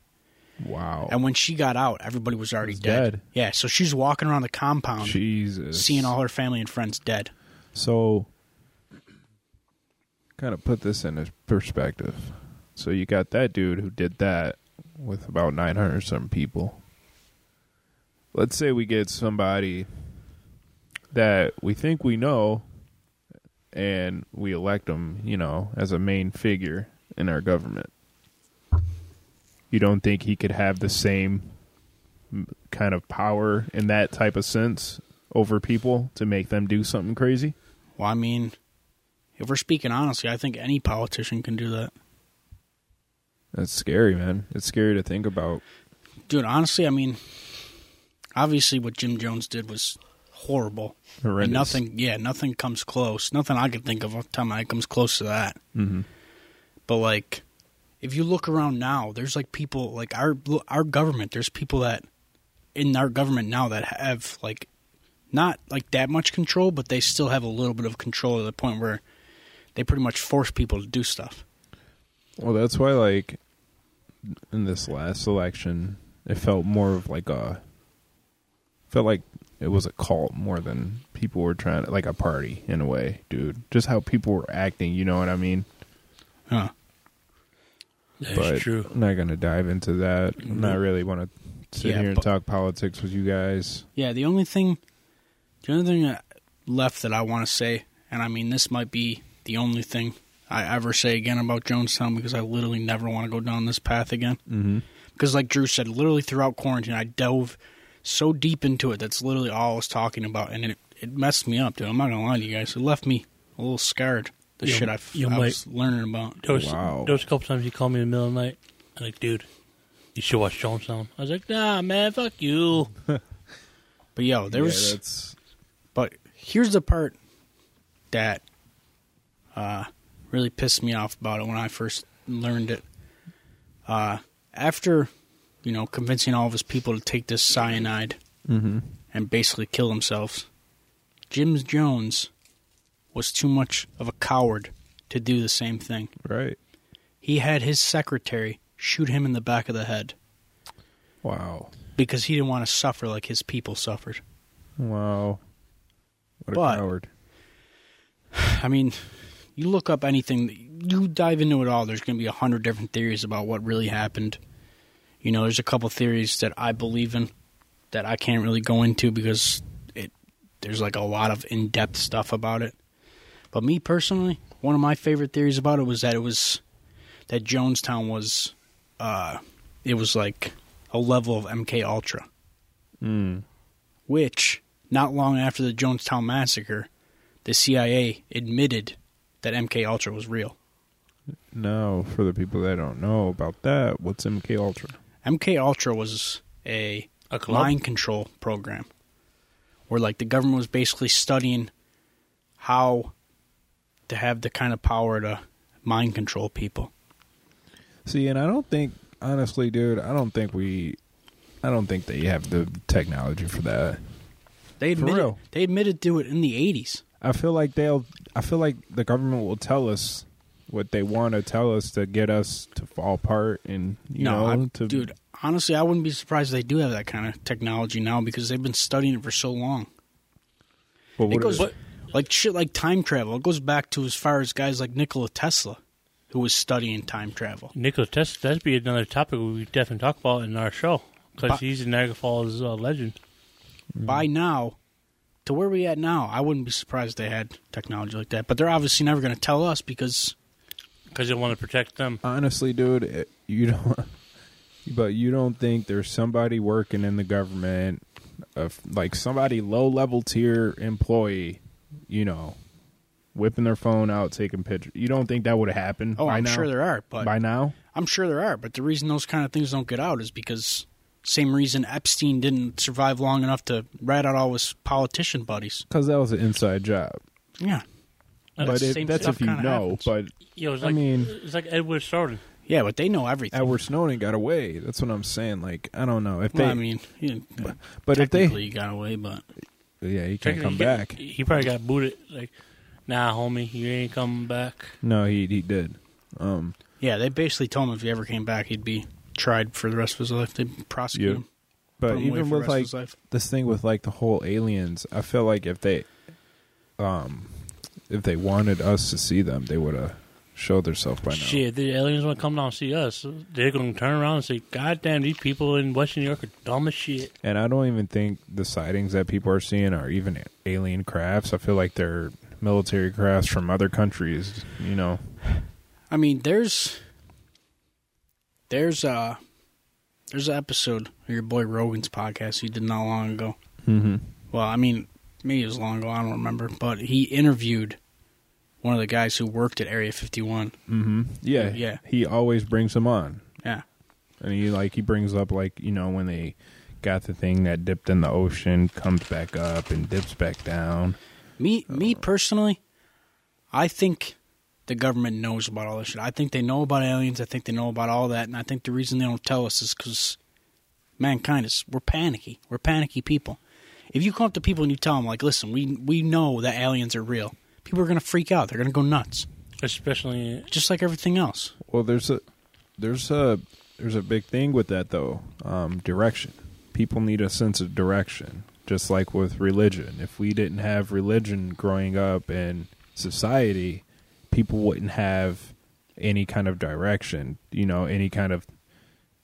wow. and when she got out, everybody was already Was dead. Oh. dead. Yeah, so she's walking around the compound, Jesus. seeing all her family and friends dead. So, kind of put this in his perspective. So you got that dude who did that with about nine hundred some people. Let's say we get somebody that we think we know, and we elect him, you know, as a main figure in our government. You don't think he could have the same m- kind of power in that type of sense over people to make them do something crazy? Well, I mean, if we're speaking honestly, I think any politician can do that, That's scary, man. It's scary to think about. dude. Honestly, I mean, obviously, what Jim Jones did was horrible. Horrendous. And nothing, yeah, nothing comes close. Nothing I could think of off the top of my head comes close to that. Mm-hmm. But like, if you look around now, there's like people like our our government. There's people that in our government now that have like not like that much control, but they still have a little bit of control to the point where they pretty much force people to do stuff. Well, that's why, like, in this last election, it felt more of like a felt like it was a cult more than people were trying to like a party in a way, dude. Just how people were acting, you know what I mean? Huh. That's but true. I'm not gonna dive into that. I'm not really want to sit Yeah, here and but- talk politics with you guys. Yeah, the only thing, the only thing that- left that I want to say, and I mean this might be the only thing I ever say again about Jonestown because I literally never want to go down this path again. Mm-hmm. Because, like Drew said, literally throughout quarantine, I dove so deep into it that's literally all I was talking about, and it it messed me up, dude. I'm not gonna lie to you guys, it left me a little scarred. The You- shit I, f- you I might- was learning about. There was, Wow. there was a couple times he called me in the middle of the night. I'm like, dude, you should watch Jonestown. I was like, nah, man, fuck you. But yo, there was. that's But here's the part that uh, really pissed me off about it when I first learned it. Uh, after, you know, convincing all of his people to take this cyanide and basically kill themselves, Jim Jones was too much of a coward to do the same thing. right. He had his secretary shoot him in the back of the head Wow, because he didn't want to suffer like his people suffered. wow. What a But- coward. I mean, you look up anything, you dive into it all. There's going to be a hundred different theories about what really happened. You know, there's a couple theories that I believe in that I can't really go into because it there's like a lot of in depth stuff about it. But me personally, one of my favorite theories about it was that it was that Jonestown was, uh, it was like a level of MK Ultra Mm. which not long after the Jonestown massacre, the CIA admitted that MK Ultra was real. Now, for the people that don't know about that, what's MK Ultra? MK Ultra was a, A club? mind control program where like the government was basically studying how to have the kind of power to mind control people. See, and I don't think, honestly, dude, I don't think we, I don't think they have the technology for that. They For admitted real? they admitted to it in the 80s. I feel like they'll, I feel like the government will tell us what they want to tell us to get us to fall apart and you no, know, I- to dude, honestly, I wouldn't be surprised if they do have that kind of technology now because they've been studying it for so long. But what it goes is- like shit like time travel. It goes back to as far as guys like Nikola Tesla, who was studying time travel. Nikola Tesla, that'd be another topic we could definitely talk about in our show because But- he's a Niagara Falls uh, legend. Mm-hmm. By now, to where we at now, I wouldn't be surprised they had technology like that. But they're obviously never going to tell us because Because they want to protect them. honestly, dude, it, you don't, but you don't think there's somebody working in the government, of like somebody low level tier employee, you know, whipping their phone out taking pictures. You don't think that would have happened? oh, by I'm now? sure there are, but by now. I'm sure there are. But the reason those kind of things don't get out is because same reason Epstein didn't survive long enough to rat out all his politician buddies. Because that was an inside job. Yeah, but the if, same that's stuff if you kinda know. happens. But You know, Uh, it's I like, mean- it's like Edward Snowden. yeah, but they know everything. Edward Snowden got away. That's what I'm saying. Like I don't know if they. Well, I mean, yeah, but if they, technically he got away, but yeah, he can't come Technically, he- back. He probably got booted. Like, nah, homie, you ain't coming back. No, he he did. Um, Yeah, they basically told him if he ever came back, he'd be tried for the rest of his life. They prosecute Yeah. him. Put but him away even for with the like rest of his life. this thing with like the whole aliens, I feel like if they, um, if they wanted us to see them, they would have showed themselves by now. Shit, the aliens want to come down and see us. They're going to turn around and say, God damn, these people in Western New York are dumb as shit. And I don't even think the sightings that people are seeing are even alien crafts. I feel like they're military crafts from other countries. You know. I mean, there's there's uh there's an episode of your boy Rogan's podcast he did not long ago. Mm-hmm. Well, I mean, maybe it was long ago. I don't remember, but he interviewed one of the guys who worked at Area 51. Mm-hmm. Yeah. Yeah. He always brings them on, Yeah, and he like he brings up like you know when they got the thing that dipped in the ocean, comes back up and dips back down. Me, me personally, I think the government knows about all this shit. I think they know about aliens. I think they know about all that, and I think the reason they don't tell us is because mankind is we're panicky. We're panicky people. If you come up to people and you tell them like, "Listen, we we know that aliens are real," people are gonna freak out. They're gonna go nuts, especially just like everything else. Well, there's a there's a there's a big thing with that though. Um, direction. People need a sense of direction, just like with religion. If we didn't have religion growing up in society, people wouldn't have any kind of direction. You know, any kind of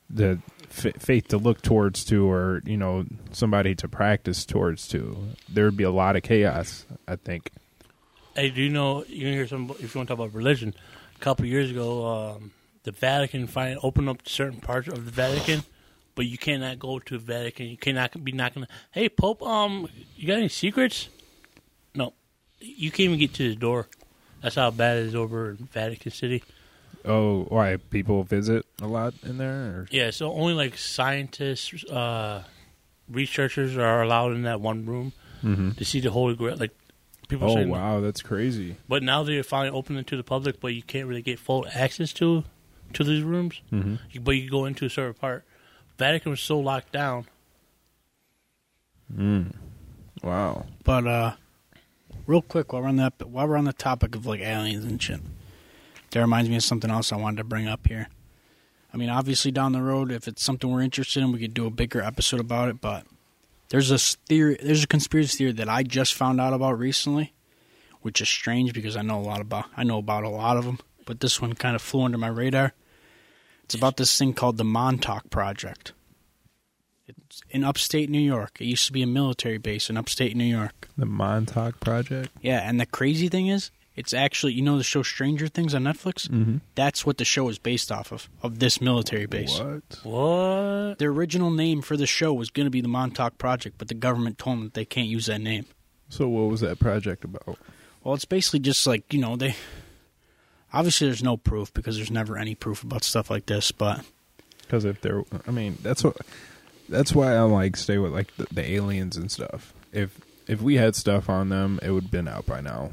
the f- faith to look towards to, or you know, somebody to practice towards to. There would be a lot of chaos. I think. Hey, do you know you can hear some if you want to talk about religion? A couple of years ago, um, the Vatican finally opened up certain parts of the Vatican, but you cannot go to the Vatican. You cannot be knocking. Hey, Pope, um, you got any secrets? No, you can't even get to the door. That's how bad it is over in Vatican City. Oh, why people visit a lot in there? Or? Yeah, so only like scientists, uh, researchers are allowed in that one room to see the Holy Grail. Like people. Mm-hmm. Oh saying, wow, that's crazy. But now they're finally opening it to the public, but you can't really get full access to to these rooms. Mm-hmm. You, but you go into a certain part. Vatican was so locked down. Wow. But uh, real quick, while we're on that, while we're on the topic of like aliens and shit, that reminds me of something else I wanted to bring up here. I mean, obviously, down the road, if it's something we're interested in, we could do a bigger episode about it. But there's this theory, there's a conspiracy theory that I just found out about recently, which is strange because I know a lot about, I know about a lot of them, but this one kind of flew under my radar. It's about this thing called the Montauk Project. It's in upstate New York. It used to be a military base in upstate New York. The Montauk Project. Yeah, and the crazy thing is, it's actually you know the show Stranger Things on Netflix. Mm-hmm. That's what the show is based off of of this military base. What? What? The original name for the show was going to be the Montauk Project, but the government told them that they can't use that name. So what was that project about? Well, it's basically just like you know they. Obviously, there's no proof because there's never any proof about stuff like this. But Because if there, I mean, that's what. That's why I like stay with like the, the aliens and stuff. If if we had stuff on them, it would have been out by now.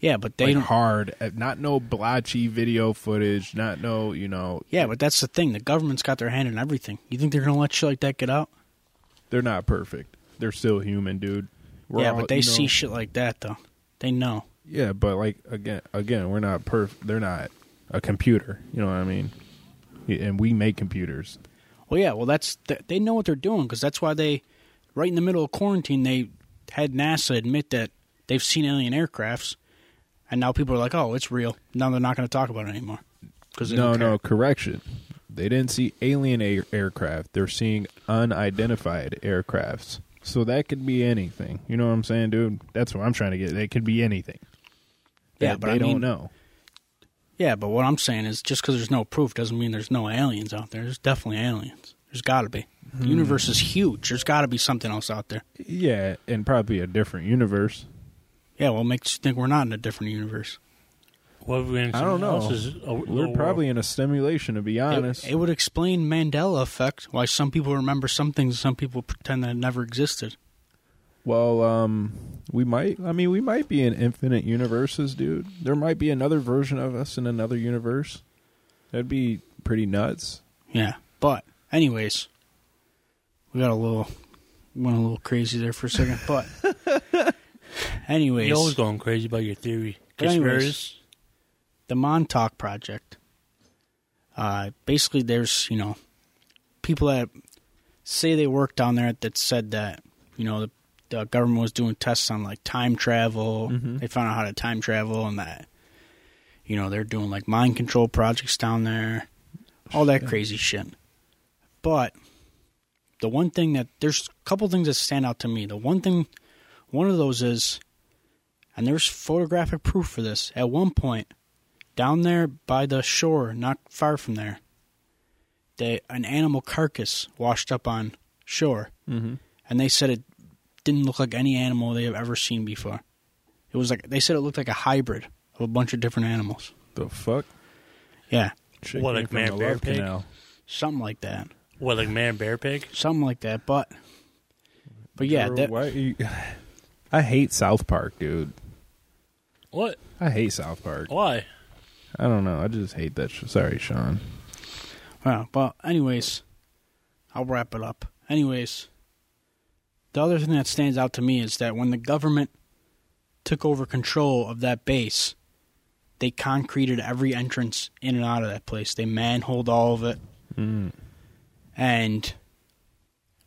yeah, but they Like don't. hard, uh, not no blotchy video footage, not no you know Yeah, but that's the thing. The government's got their hand in everything. You think they're going to let shit like that get out? they're not perfect. They're still human, dude. We're yeah, all- but they you know- see shit like that though. They know. Yeah, but like again, again, we're not perf. They're not a computer. You know what I mean? Yeah, And we make computers. Well, yeah. Well, that's th- they know what they're doing because that's why they, right in the middle of quarantine, they had NASA admit that they've seen alien aircrafts, and now people are like, "Oh, it's real." Now they're not going to talk about it anymore. Because No, no, correction. They didn't see alien air- aircraft. They're seeing unidentified aircrafts. So that could be anything. You know what I'm saying, dude? That's what I'm trying to get. It could be anything. Yeah, That but they I don't mean- know. Yeah, but what I'm saying is, just because there's no proof doesn't mean there's no aliens out there. There's definitely aliens. There's got to be. The Hmm. universe is huge. There's got to be something else out there. Yeah, and probably a different universe. Yeah, well, makes you think we're not in a different universe. What if we're in I don't someone know. else's, uh, We're world? probably in a stimulation, to be honest. It, it would explain Mandela effect. Why some people remember some things, and some people pretend that it never existed. Well, um, we might. I mean, we might be in infinite universes, dude. There might be another version of us in another universe. That'd be pretty nuts. Yeah. But anyways, we got a little went a little crazy there for a second. But anyways, You're always going crazy about your theory. But anyways. Conspiracy. the Montauk project. Uh, basically, there's you know people that say they worked down there that said that you know the, the government was doing tests on like time travel. They found out how to time travel and that you know they're doing like mind control projects down there, all that crazy shit. But the one thing that there's a couple things that stand out to me. The one thing, one of those is, and there's photographic proof for this. At one point, down there by the shore, not far from there, they an animal carcass washed up on shore, mm-hmm. and they said it didn't look like any animal they have ever seen before. It was like they said it looked like a hybrid of a bunch of different animals. The fuck? Yeah, Chicken What, like from the man, bear, Love pig? Canal. something like that. What, like man bear pig? something like that. But but yeah, Drew, that, why are you- I hate South Park, dude. What? I hate South Oh. Park. Why? I don't know. I just hate that. Sh- Sorry, Sean. Uh, but anyways, I'll wrap it up. Anyways, the other thing that stands out to me is that when the government took over control of that base, they concreted every entrance in and out of that place. They manholed all of it, and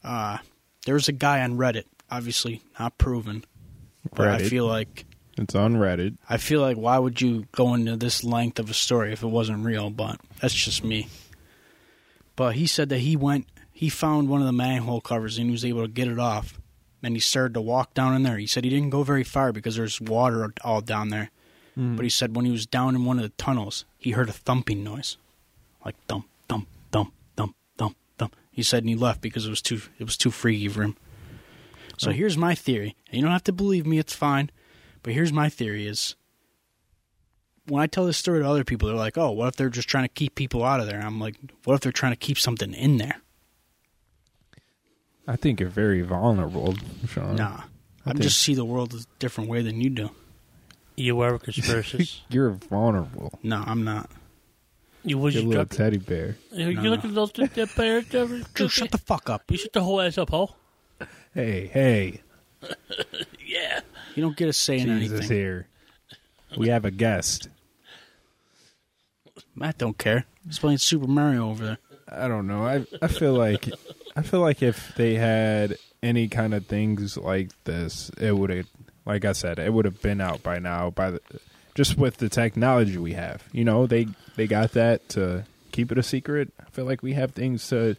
uh, there was a guy on Reddit, obviously not proven, but I Reddit. feel like It's on Reddit. I feel like why would you go into this length of a story if it wasn't real? But that's just me. But he said that he went, he found one of the manhole covers and he was able to get it off. And he started to walk down in there. He said he didn't go very far because there's water all down there. But he said when he was down in one of the tunnels, he heard a thumping noise, like thump, thump, thump, thump, thump, thump. He said and he left because it was too it was too freaky for him. So here's my theory, and you don't have to believe me. It's fine. But here's my theory: is when I tell this story to other people, they're like, "Oh, what if they're just trying to keep people out of there?" I'm like, "What if they're trying to keep something in there?" I think you're very vulnerable, Sean. Nah, I think- just see the world a different way than you do. You were conspiracists. You're vulnerable. No, I'm not. you was You're a you little drunk. teddy bear. you you look at those that bear. Drew, shut the fuck up. You shut the whole ass up, ho. Hey, hey, Yeah. You don't get a say in Jesus anything. here. We have a guest. Matt don't care. He's playing Super Mario over there. I don't know. I I feel like I feel like if they had any kind of things like this, it would have, like I said, it would have been out by now. By the just with the technology we have, you know, they they got that to keep it a secret. I feel like we have things to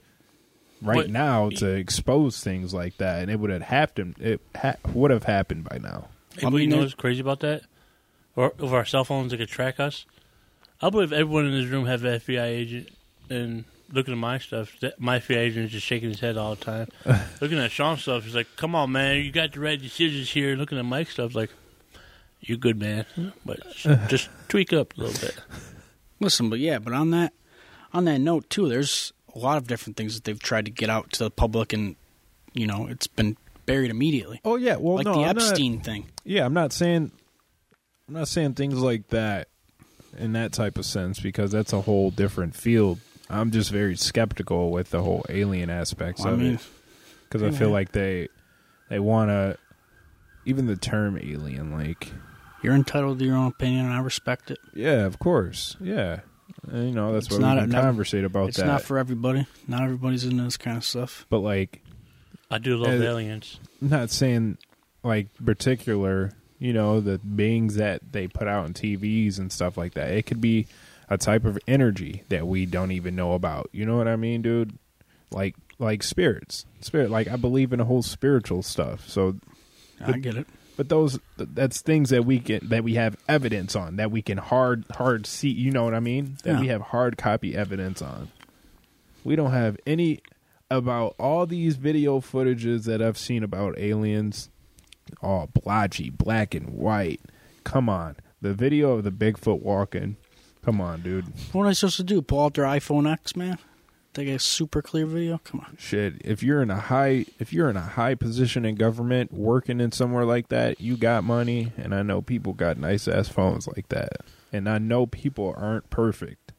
right But- now to expose things like that, and it would have happened. It ha- would have happened by now. Hey, but you know what's crazy about that? Or if our cell phones that could track us, I believe everyone in this room has an FBI agent. And looking at my stuff, that- my FBI agent is just shaking his head all the time. looking at Sean's stuff, he's like, "Come on, man, you got the right decisions here." Looking at Mike's stuff, like, "You good, man?" But just tweak up a little bit. Listen, but yeah, but on that on that note too, there's a lot of different things that they've tried to get out to the public, and you know, it's been buried immediately, Oh yeah, well like no, the I'm not- Epstein thing. Yeah, I'm not saying I'm not saying things like that in that type of sense because that's a whole different field. I'm just very skeptical with the whole alien aspects Well, I of mean, it because I feel like they they want to even the term alien like You're entitled to your own opinion, and I respect it. yeah, of course. Yeah. And, you know, that's It's why not we a- can not- conversate about it's that. not for everybody. Not everybody's into this kind of stuff. but like I do love Uh, aliens. not saying like particular, you know, the beings that they put out on TVs and stuff like that. It could be a type of energy that we don't even know about. You know what I mean, dude? Like like spirits. Spirit like I believe in the whole spiritual stuff. So I get it. but those th- that's things that we can that we have evidence on that we can hard hard see, you know what I mean? That we Yeah. have hard copy evidence on. We don't have any about all these video footages that I've seen about aliens, all blotchy, black and white. Come on, the video of the Bigfoot walking. Come on, dude. What am I supposed to do? Pull out their iPhone X, man? Take a super clear video? Come on. Shit, if you're in a high if you're in a high position in government, working in somewhere like that, you got money, and I know people got nice ass phones like that, and I know people aren't perfect.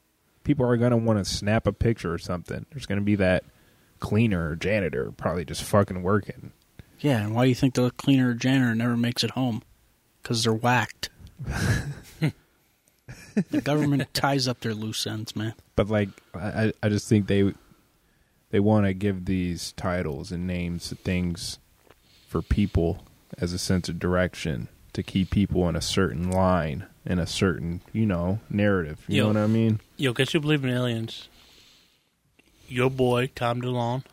People are gonna want to snap a picture or something. There's gonna be that cleaner or janitor probably just fucking working. Yeah, and why do you think the cleaner or janitor never makes it home? Because they're whacked. the government ties up their loose ends, man. But like, I I- I just think they they want to give these titles and names to things for people as a sense of direction to keep people in a certain line in a certain you know narrative. You Yo. know what I mean? Yo, guess you believe in aliens? Your boy Tom DeLonge.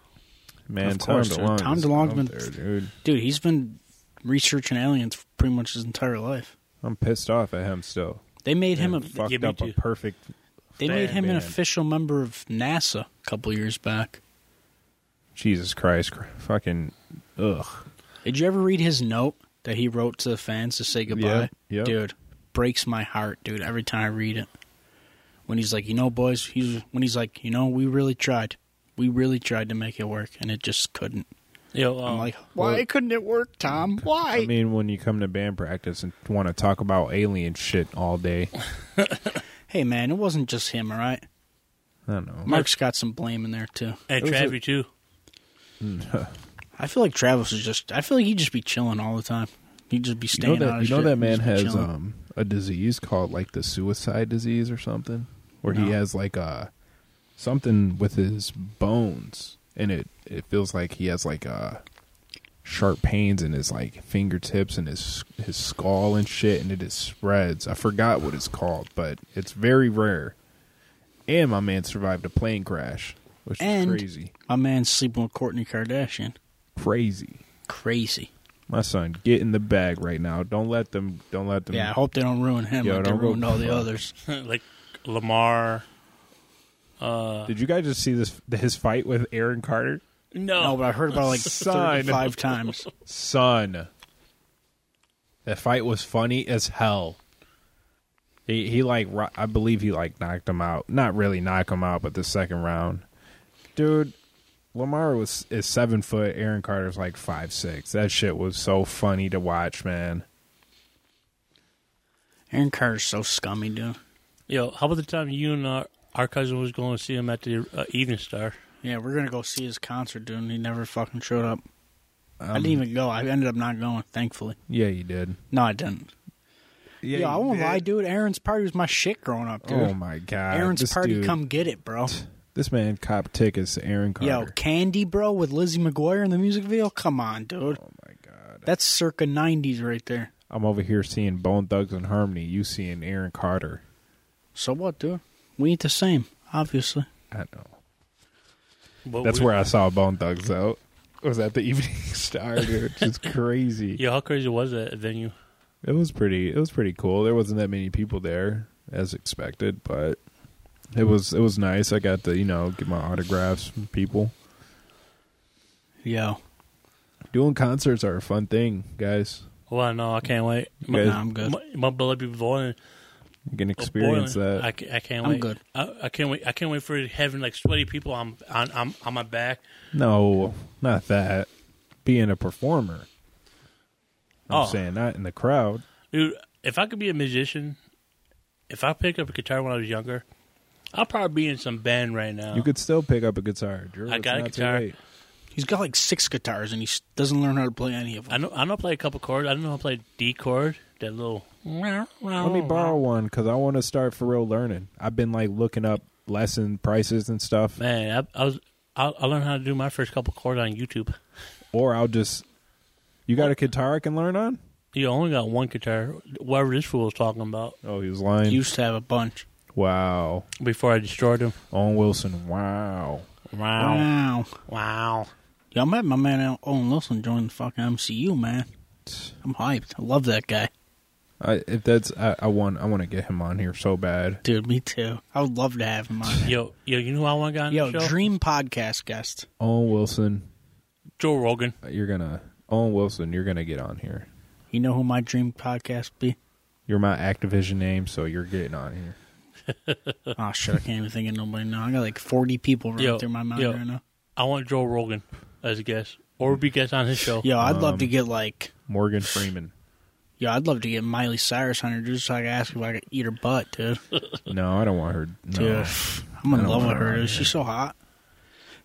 Man, Of course, dude. Tom is DeLonge's out been- there, dude. Dude, he's been researching aliens for pretty much his entire life. I'm pissed off at him still. They made him a And fucked yeah, me up a too. perfect. they made fan him an band. official member of NASA a couple years back. Jesus Christ, cr- fucking ugh. Did you ever read his note that he wrote to the fans to say goodbye? yeah. Dude, breaks my heart, dude, every time I read it. When he's like, you know, boys, he's when he's like, you know, we really tried. we really tried to make it work, and it just couldn't. You know, um, I'm like, Oh. why couldn't it work, Tom? Why? I mean, when you come to band practice and want to talk about alien shit all day, hey, man, it wasn't just him, all right? I don't know. Mark's got some blame in there, too. and was a- Travis too. I feel like Travis is just, I feel like he'd just be chilling all the time. He'd just be You staying know out that of you know shit. that man He'd just be has chilling. um, a disease called like the suicide disease or something, where he No. has like a something with his bones, and it it feels like he has like a sharp pains in his like fingertips and his his skull and shit, and it just spreads. I forgot what it's called, but it's very rare. And my man survived a plane crash, which And- is crazy, My man's sleeping with Courtney Kardashian. crazy. Crazy. My son, get in the bag right now. Don't let them. Don't let them. Yeah, I hope they don't ruin him Yo, like they don't go- ruined all the others. like Lamar. Uh, Did you guys just see this his fight with Aaron Carter? no, No, but I heard about it like Son. 35 times. Son. That fight was funny as hell. He he like ro- I believe he like knocked him out. Not really knock him out, but the second round. Dude, Lamar was is seven foot, Aaron Carter's like five six. That shit was so funny to watch, man. Aaron Carter's so scummy, dude. yo, how about the time you and uh, our cousin was going to see him at the uh, Evening Star? Yeah, we're gonna go see his concert, dude. And he never fucking showed up. I Um, didn't even go. I ended up not going, thankfully. Yeah, you did. No, I didn't. Yeah, I won't lie, dude. Aaron's party was my shit growing up, dude. Oh my god. Aaron's this party, dude- come get it, bro. This man cop tickets to Aaron Carter. Yo, Candy, bro, with Lizzie McGuire in the music video. Come on, dude. oh my god. That's circa '90s right there. I'm over here seeing Bone Thugs and Harmony. You seeing Aaron Carter. So what, dude? We ain't the same, obviously. I know. But That's we- where I saw Bone Thugs out. Was that the Evening Star, dude? It's crazy. Yo, how crazy was that venue? It was pretty. It was pretty cool. There wasn't that many people there, as expected, but it was. It was nice. I got to you know get my autographs from people. Yo, Doing concerts are a fun thing, guys. Well, no, Oh, I can't wait. My, Good. nah, I'm good. my, my blood be boiling. You can experience boiling. that. Oh, I, ca- I can't I'm wait. good. I, I can't wait. I can't wait for having like sweaty people on on on, on my back. no, not that. Being a performer. I'm Oh. saying not in the crowd. Dude, if I could be a musician, if I picked up a guitar when I was younger, I'll probably be in some band right now. You could still pick up a guitar. Drew, Oh. I It's got a not too guitar. late. He's got like six guitars, and he s- doesn't learn how to play any of them. I know I know I play a couple chords. I don't know how to play D chord. That little Let Oh, me borrow one because I want to start for real learning. I've been like looking up lesson prices and stuff, man. I, I was I, I learned how to do my first couple chords on YouTube. or I'll just. You got a guitar I can learn on? You only got one guitar. Whatever this fool was talking about Oh, he was lying. He used to have a bunch. wow, before I destroyed him. Owen Wilson. Wow, Wow, Wow. wow. Yo, I'm happy my man Owen Wilson joined the fucking MCU, man. I'm hyped. I love that guy. I, if that's I, I want I want to get him on here so bad. Dude, me too. I would love to have him on. Yo, yo, you know who I want to on Yo, the show? dream podcast guest. Owen Wilson, Joe Rogan. you're gonna Owen Wilson. You're gonna get on here. You know who my dream podcast be? You're my Activision name, so you're getting on here. oh, shit. I can't even think of nobody now. I got like 40 people running Yo, through my mind yo. right now. I want Joe Rogan as a guest or be guest on his show. Yo, I'd love to Um, get like, Morgan Freeman. yo, I'd love to get Miley Cyrus on here just so I can ask if I could eat her butt, dude. No, I don't want her. No. Dude, I'm I in don't love want with her her, on dude. She's so hot.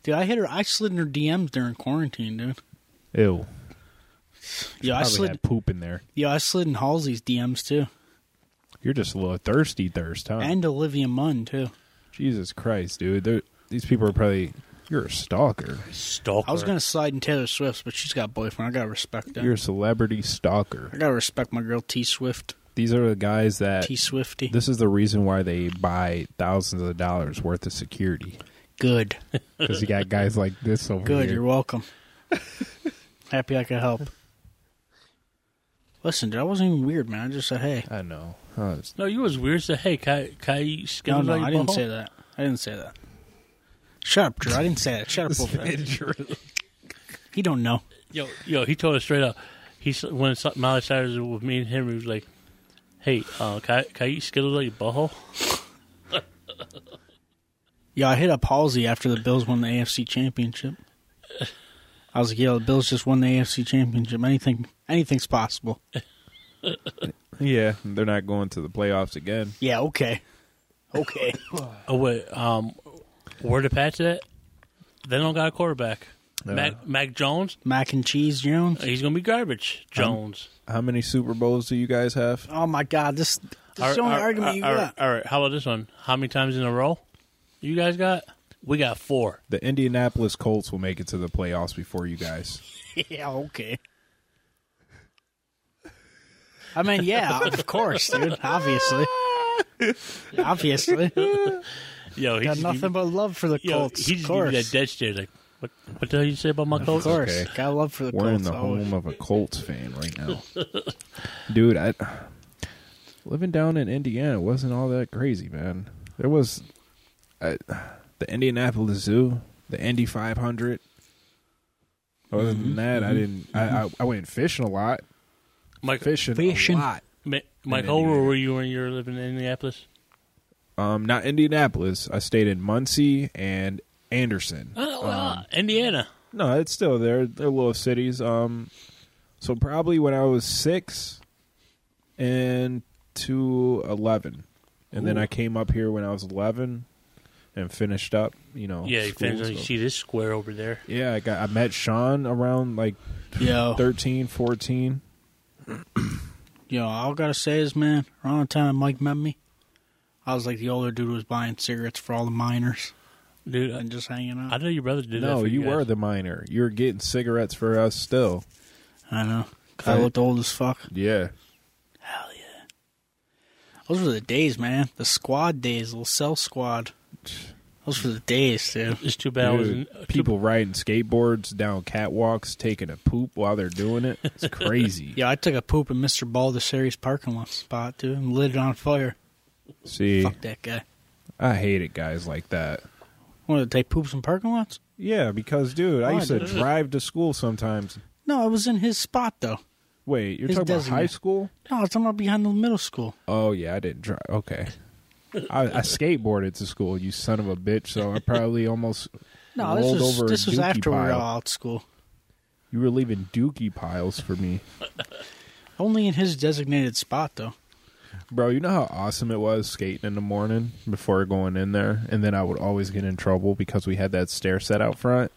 Dude, I hit her. I slid in her DMs during quarantine, dude. Ew. Yo, I Probably slid. had poop in there. Yo, I slid in Halsey's DMs too, You're just a little thirsty, thirst, huh? and Olivia Munn too. Jesus Christ, dude. They're, these people are probably. You're a stalker. Stalker. I was gonna slide in Taylor Swift's, but she's got a boyfriend. I gotta respect that. You're a celebrity stalker. I gotta respect my girl T Swift, These are the guys that. T Swifty. Uh, This is the reason why they buy thousands of dollars worth of security. Good, Because you got guys like this over good. here. You're welcome. Happy I could help. Listen, dude, I wasn't even weird, man. I just said, hey. I know. Huh, it's- No, you was weird. Said, "Hey, can I, can I No, skin no, like I didn't say that. I didn't say that. Shut up, Drew. I didn't say that. Shut up, Wolfie. He don't know. Yo, yo, he told us straight up. He s- when it's- Miley Cyrus was with me and him, he was like, "Hey, uh, can, I, can I eat Skittles like a butthole?" Yeah, I hit a palsy after the Bills won the AFC Championship. I was like, "Yeah, the Bills just won the AFC Championship. Anything, anything's possible." Yeah, they're not going to the playoffs again. Yeah, okay, okay. Oh wait, um, where the Pats at? They don't got a quarterback. Mac Mac Jones, Mac and cheese Jones. he's gonna be garbage. Jones. How many Super Bowls do you guys have? Oh my God, this this is the only argument you all right, got. all right, how about this one? How many times in a row you guys got? We got four. The Indianapolis Colts will make it to the playoffs before you guys. Yeah, okay. I mean, yeah, of course, dude. Obviously, obviously, Yo, he's got nothing but love for the Yo, Colts. he of just gave me course, that dead stare. Like, what? What the hell you say about my of Colts? course, Okay. got love for the We're Colts. Oh, in the always. home of a Colts fan right now, dude. I living down in Indiana wasn't all that crazy, man. There was I, the Indianapolis Zoo, the Indy 500. Other than that, I didn't. I, I I went fishing a lot. Mike, Mm-hmm. Fishing, Fishing. a lot. Ma- Mike, then how old you- were you when you were living in Indianapolis? Um, not Indianapolis. I stayed in Muncie and Anderson. Oh, well, Indiana. No, it's still there. They're little cities. Um, so probably when I was six and to eleven, and then I came up here when I was eleven and finished up. You know, Yeah, you school, finally so- see this square over there. Yeah, I got. I met Sean around like Yo, 13, 14. yo, all I gotta say is, man, around the time Mike met me, I was like the older dude who was buying cigarettes for all the minors Dude, and I, just hanging I out. know your brother did that. No, for you guys. were the minor. You're getting cigarettes for us still. I, know. 'Cause I Right. looked old as fuck. Yeah. Hell yeah. Those were the days, man. The squad days, little cell squad. Those were the days, dude. It's too bad. I was uh, in, Dude, people riding skateboards down catwalks, taking a poop while they're doing it. It's crazy. Yeah, I took a poop in Mr. Baldessari's parking lot spot, dude, and lit it on fire. See, Fuck that guy. I hate it, guys like that. What, they poops in parking lots? Yeah, because dude, I Why, used to dude? drive to school sometimes. No, it was in his spot, though. Wait, you're It's talking about designated. high school? No, it's talking about behind the middle school. Oh yeah, I didn't drive. Okay, I, I skateboarded to school. You son of a bitch! So I probably almost No, rolled this was, over. a this was dookie after we were pile. all out of school. You were leaving dookie piles for me, Only in his designated spot, though. bro. You know how awesome it was skating in the morning before going in there, and then I would always get in trouble because we had that stair set out front.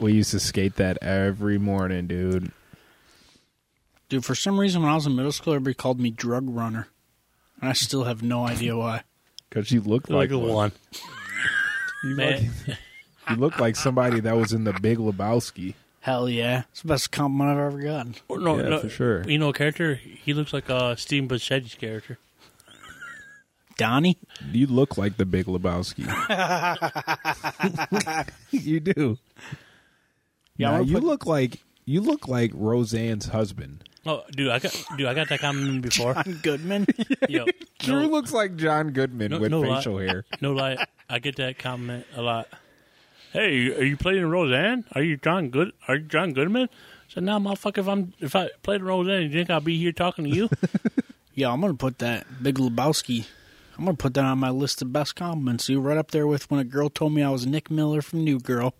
we used to skate that every morning, dude. Dude, for some reason, when I was in middle school, everybody called me drug runner. And I still have no idea why. Because you looked like, like a one. one. You Man. look- you look like somebody that was in the Big Lebowski. Hell yeah. It's the best compliment I've ever gotten. Or no, Yeah, no, for sure. You know, a character. He looks like uh, Steven Buscemi's character. Donnie? You look like the Big Lebowski. you do. Yeah, I Nah, wanna you put- look like you look like Roseanne's husband. Oh, dude, I got, dude, I got that comment before. John Goodman? Yo, Drew no, looks like John Goodman No- with no lie. facial hair. no lie, I get that comment a lot. Hey, are you playing Roseanne? Are you John Good? Are you John Goodman? I said, nah, motherfucker. If I'm if I played Roseanne, you think I'll be here talking to you? Yeah, I'm gonna put that Big Lebowski. I'm gonna put that on my list of best compliments. You right up there with when a girl told me I was Nick Miller from New Girl,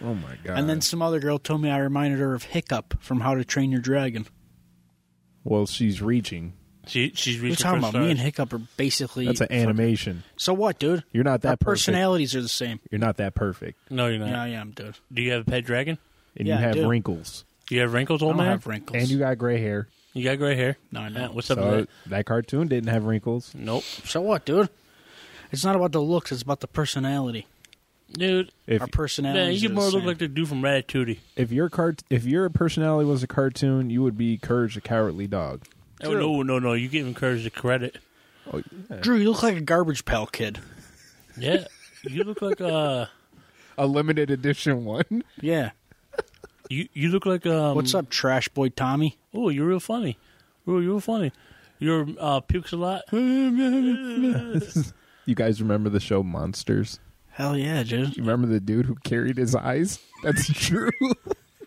Oh my god! and then some other girl told me I reminded her of Hiccup from How to Train Your Dragon. well, she's reaching. she she's You're reaching talking for about me and stars. Hiccup are basically. That's an animation. so what, dude? You're not Our that perfect. personalities are the same. You're not that perfect, No, you're not. Yeah, I am, dude. Do you have a pet dragon? and Yeah, I you have do. wrinkles, Do you have wrinkles, I old don't man? have wrinkles. and you got gray hair. You got gray hair? No, I don't. Uh, What's up So with that? that cartoon didn't have wrinkles. Nope. so what, dude? It's not about the looks; it's about the personality. Dude, If Our man, personalities. you are more the look same. like the dude from Ratatouille. if your cart if your personality was a cartoon, you would be Courage the Cowardly Dog. Oh, no, no, no. You give him courage the credit. Oh, Drew. You look like a garbage pail kid. Yeah. you look like uh a limited edition one. Yeah. you you look like um What's up, trash boy Tommy? Oh, you're real funny. Oh, you're real funny. Your uh pukes a lot. You guys remember the show Monsters? Hell yeah, dude. You remember the dude who carried his eyes? That's Drew.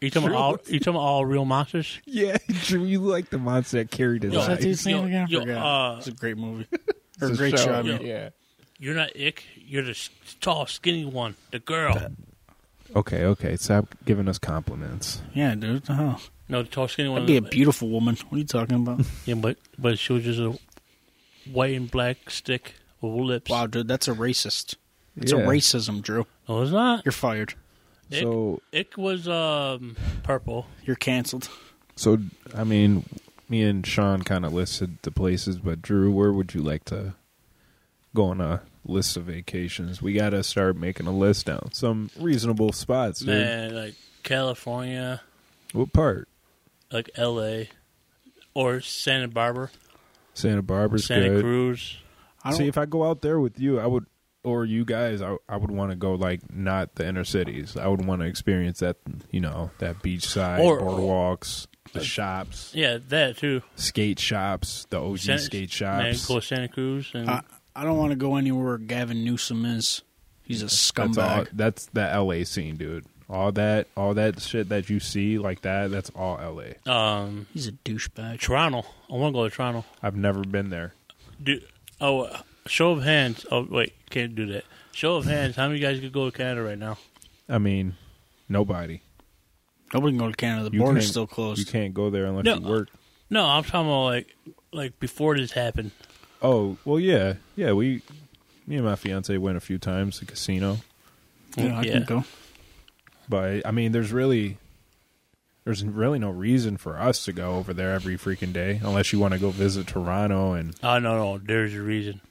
You talking about all you talking about all real monsters? yeah, Drew, you like the monster that carried his Yo, What's that eyes. dude's name Yo, again? I yo, forgot. uh, it's a great movie. It's or a great show. I mean. Yeah. You're not Ick. You're the s- tall, skinny one. The girl. Okay, okay. Stop giving us compliments. Yeah, dude. What the hell? No, the tall, skinny That'd one. be a beautiful woman. What are you talking about? Yeah, but but she was just a white and black stick with lips. wow, dude, that's a racist. That's Yeah. a racism, Drew. No, it's not. You're fired. Ick, So, Ick was um purple. You're canceled. so I mean, me and Sean kind of listed the places, but Drew, where would you like to go on a list of vacations? We got to start making a list down. Some reasonable spots, dude. Man, like California, What part? like L.A. or Santa Barbara, Santa Barbara's Santa good. Cruz. I don't. See, if I go out there with you, I would, or you guys, I, I would want to go like not the inner cities. I would want to experience that, you know, that beachside Or- Uh, boardwalks, the shops, Yeah, that too. skate shops, the OG Santa- skate Man, shops. Uh, go to Santa Cruz and I, I don't want to go anywhere where Gavin Newsom is. He's a That's all. scumbag. That's the LA scene, dude. All that, all that shit that you see like that. That's all LA. um He's a douchebag. Toronto. I want to go to Toronto. I've never been there. Do, oh, uh, show of hands. Oh, wait, can't do that. Show of hands. How many guys could go to Canada right now? I mean, nobody. Nobody can go to Canada. The You border's can't- still You closed. can't go there unless No. you work. No, I'm talking about like like before this happened. Oh well, yeah, yeah. We, me and my fiance went a few times to casino. Yeah, I can Yeah. go. But I mean, there's really there's really no reason for us to go over there every freaking day unless you want to go visit Toronto and Oh no, no, there's a reason.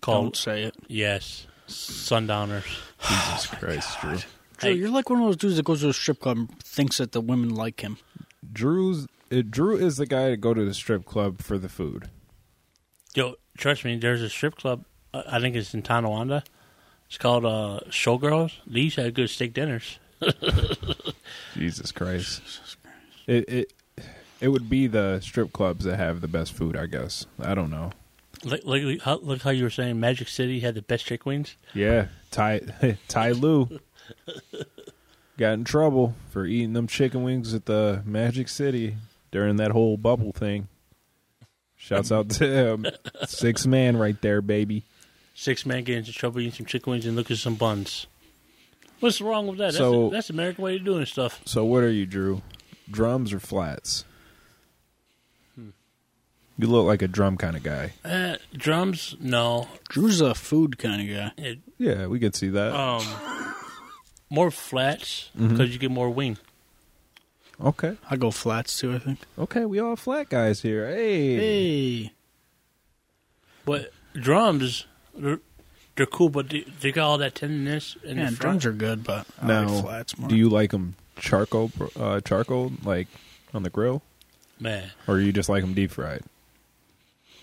Don't Called say it. yes, sundowners. Jesus Christ, Drew. Drew, Hey. you're like one of those dudes that goes to a strip club and thinks that the women like him. Drew's uh, Drew is the guy to go to the strip club for the food. Yo, trust me, there's a strip club. uh, I think it's in Tonawanda. It's called uh, Showgirls. They used to have good steak dinners. Jesus Christ. It it it would be the strip clubs that have the best food, I guess. I don't know. Like, like, how, like how you were saying, Magic City had the best chick wings. Yeah, Ty Ty Lou got in trouble for eating them chicken wings at the Magic City during that whole bubble thing. Shouts out to him, six man right there, baby. Six man getting into trouble eating some chicken wings and looking at some buns. What's wrong with that? So- that's, the, that's the American way of doing stuff. So what are you, Drew? Drums or flats? You look like a drum kind of guy. Eh, drums, no. Drew's a food kind of guy. It, Yeah, we could see that. um, more flats because you get more wing. okay, I go flats too. I think. okay, we all flat guys here. Hey, Hey, But drums, they're, they're cool, but they, they got all that tenderness. In yeah, the front. drums are good, but I now like flats more. do you like them charcoal, uh, charcoal like on the grill? man. Or you just like them deep fried?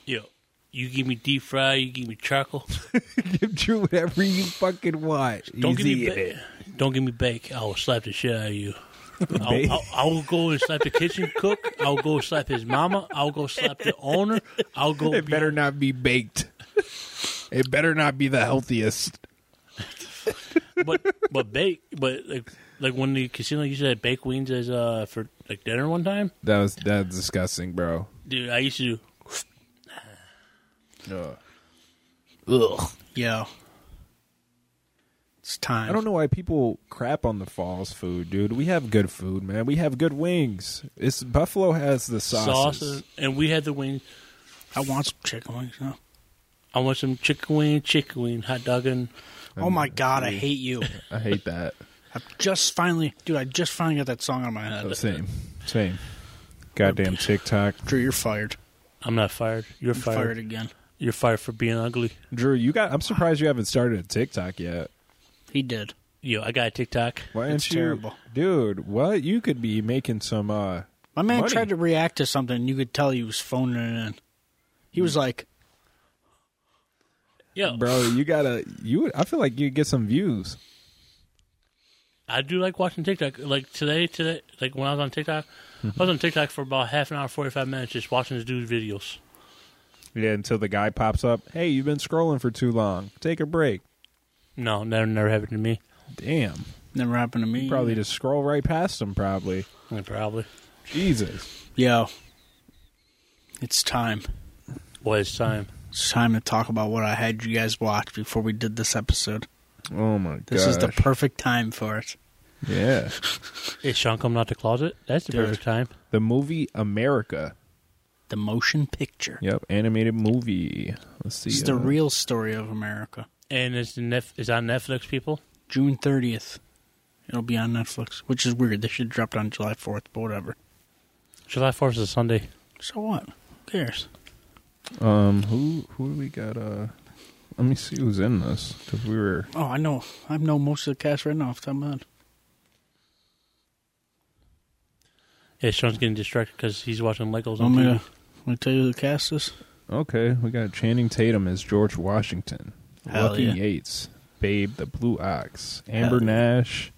Yo, you give me deep fry, you give me charcoal. Give Drew whatever you fucking want. Don't give me ba- don't give me bake. I will slap the shit out of you. I'll, I'll, I will go and slap the kitchen cook. I'll go slap his mama. I'll go slap the owner. I'll go. It be- better not be baked. It better not be the healthiest. but but bake. But like like when the casino used to have baked wings as uh for like dinner one time, That was that's disgusting, bro. dude. I used to. Ugh. Yeah. It's time. I don't know why people crap on the falls food, dude. We have good food, man. We have good wings. It's Buffalo has the sauces. Sauce and- and we had the wings. I want some chicken wings now. I want some chicken wing, chicken wing, hot dog, and Oh my god, I hate you. I hate that. I just finally, dude. I just finally got that song out of my head. same, same. Goddamn TikTok, Drew, you're fired. I'm not fired. You're fired. Fired again. You're fired for being ugly. Drew. You got. I'm surprised you haven't started a TikTok yet. He did. Yo, I got a TikTok. Why It's aren't you, terrible. dude? What you could be making some. uh My man Money. tried to react to something. and You could tell he was phoning it in. He was like, Yo, Bro, you gotta. You, would- I feel like you get some views. I do like watching TikTok. Like today, today, like when I was on TikTok, I was on TikTok for about half an hour, forty five minutes, just watching this dude's videos. Yeah, until the guy pops up. Hey, you've been scrolling for too long. Take a break. No, never, never happened to me. Damn, "Never happened to me." probably just scroll right past him. Probably. Yeah, Probably. Jesus. Yo, it's time. Well, it's time. It's time to talk about what I had you guys watch before we did this episode. Oh my god. This is the perfect time for it. Yeah. Is Sean coming out the closet? That's the Dude. perfect time. The movie America. The motion picture. Yep, animated movie. Let's see. This is the uh, real story of America. And it's the Nef- is on Netflix, people. June 30th. It'll be on Netflix, which is weird. They should have dropped it on July 4th, but whatever. July 4th is a Sunday. So what? Who cares? Um, who who do we got? Uh, let me see who's in this because we were. Oh, I know. I know most of the cast right now off the top of my head. Yeah, Sean's getting distracted because he's watching Legos on I'm TV. going to tell you who the cast is. Okay, we got Channing Tatum as George Washington, Hell Lucky yeah. Yates, Babe the Blue Ox, Amber Hell yeah. Nash,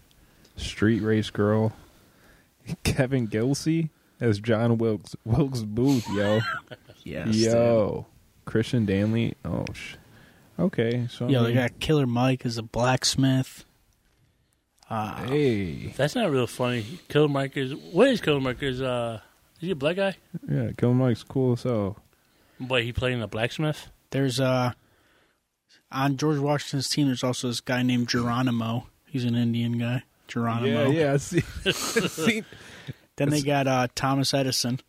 Street Race Girl, Kevin Gilsey as John Wilkes Wilkes Booth, yo, Yes. yo, Christian Danley. Oh, sh- okay, so I Yeah, they mean, got Killer Mike as a blacksmith. Uh, hey, That's not real funny. Killer Mike is what is Killer Mike is uh is he a black guy? yeah, Killer Mike's cool. So But he playing a blacksmith. There's uh on George Washington's team. There's also this guy named Geronimo. He's an Indian guy. Geronimo. yeah, yeah, I see, see, Then they got uh, Thomas Edison.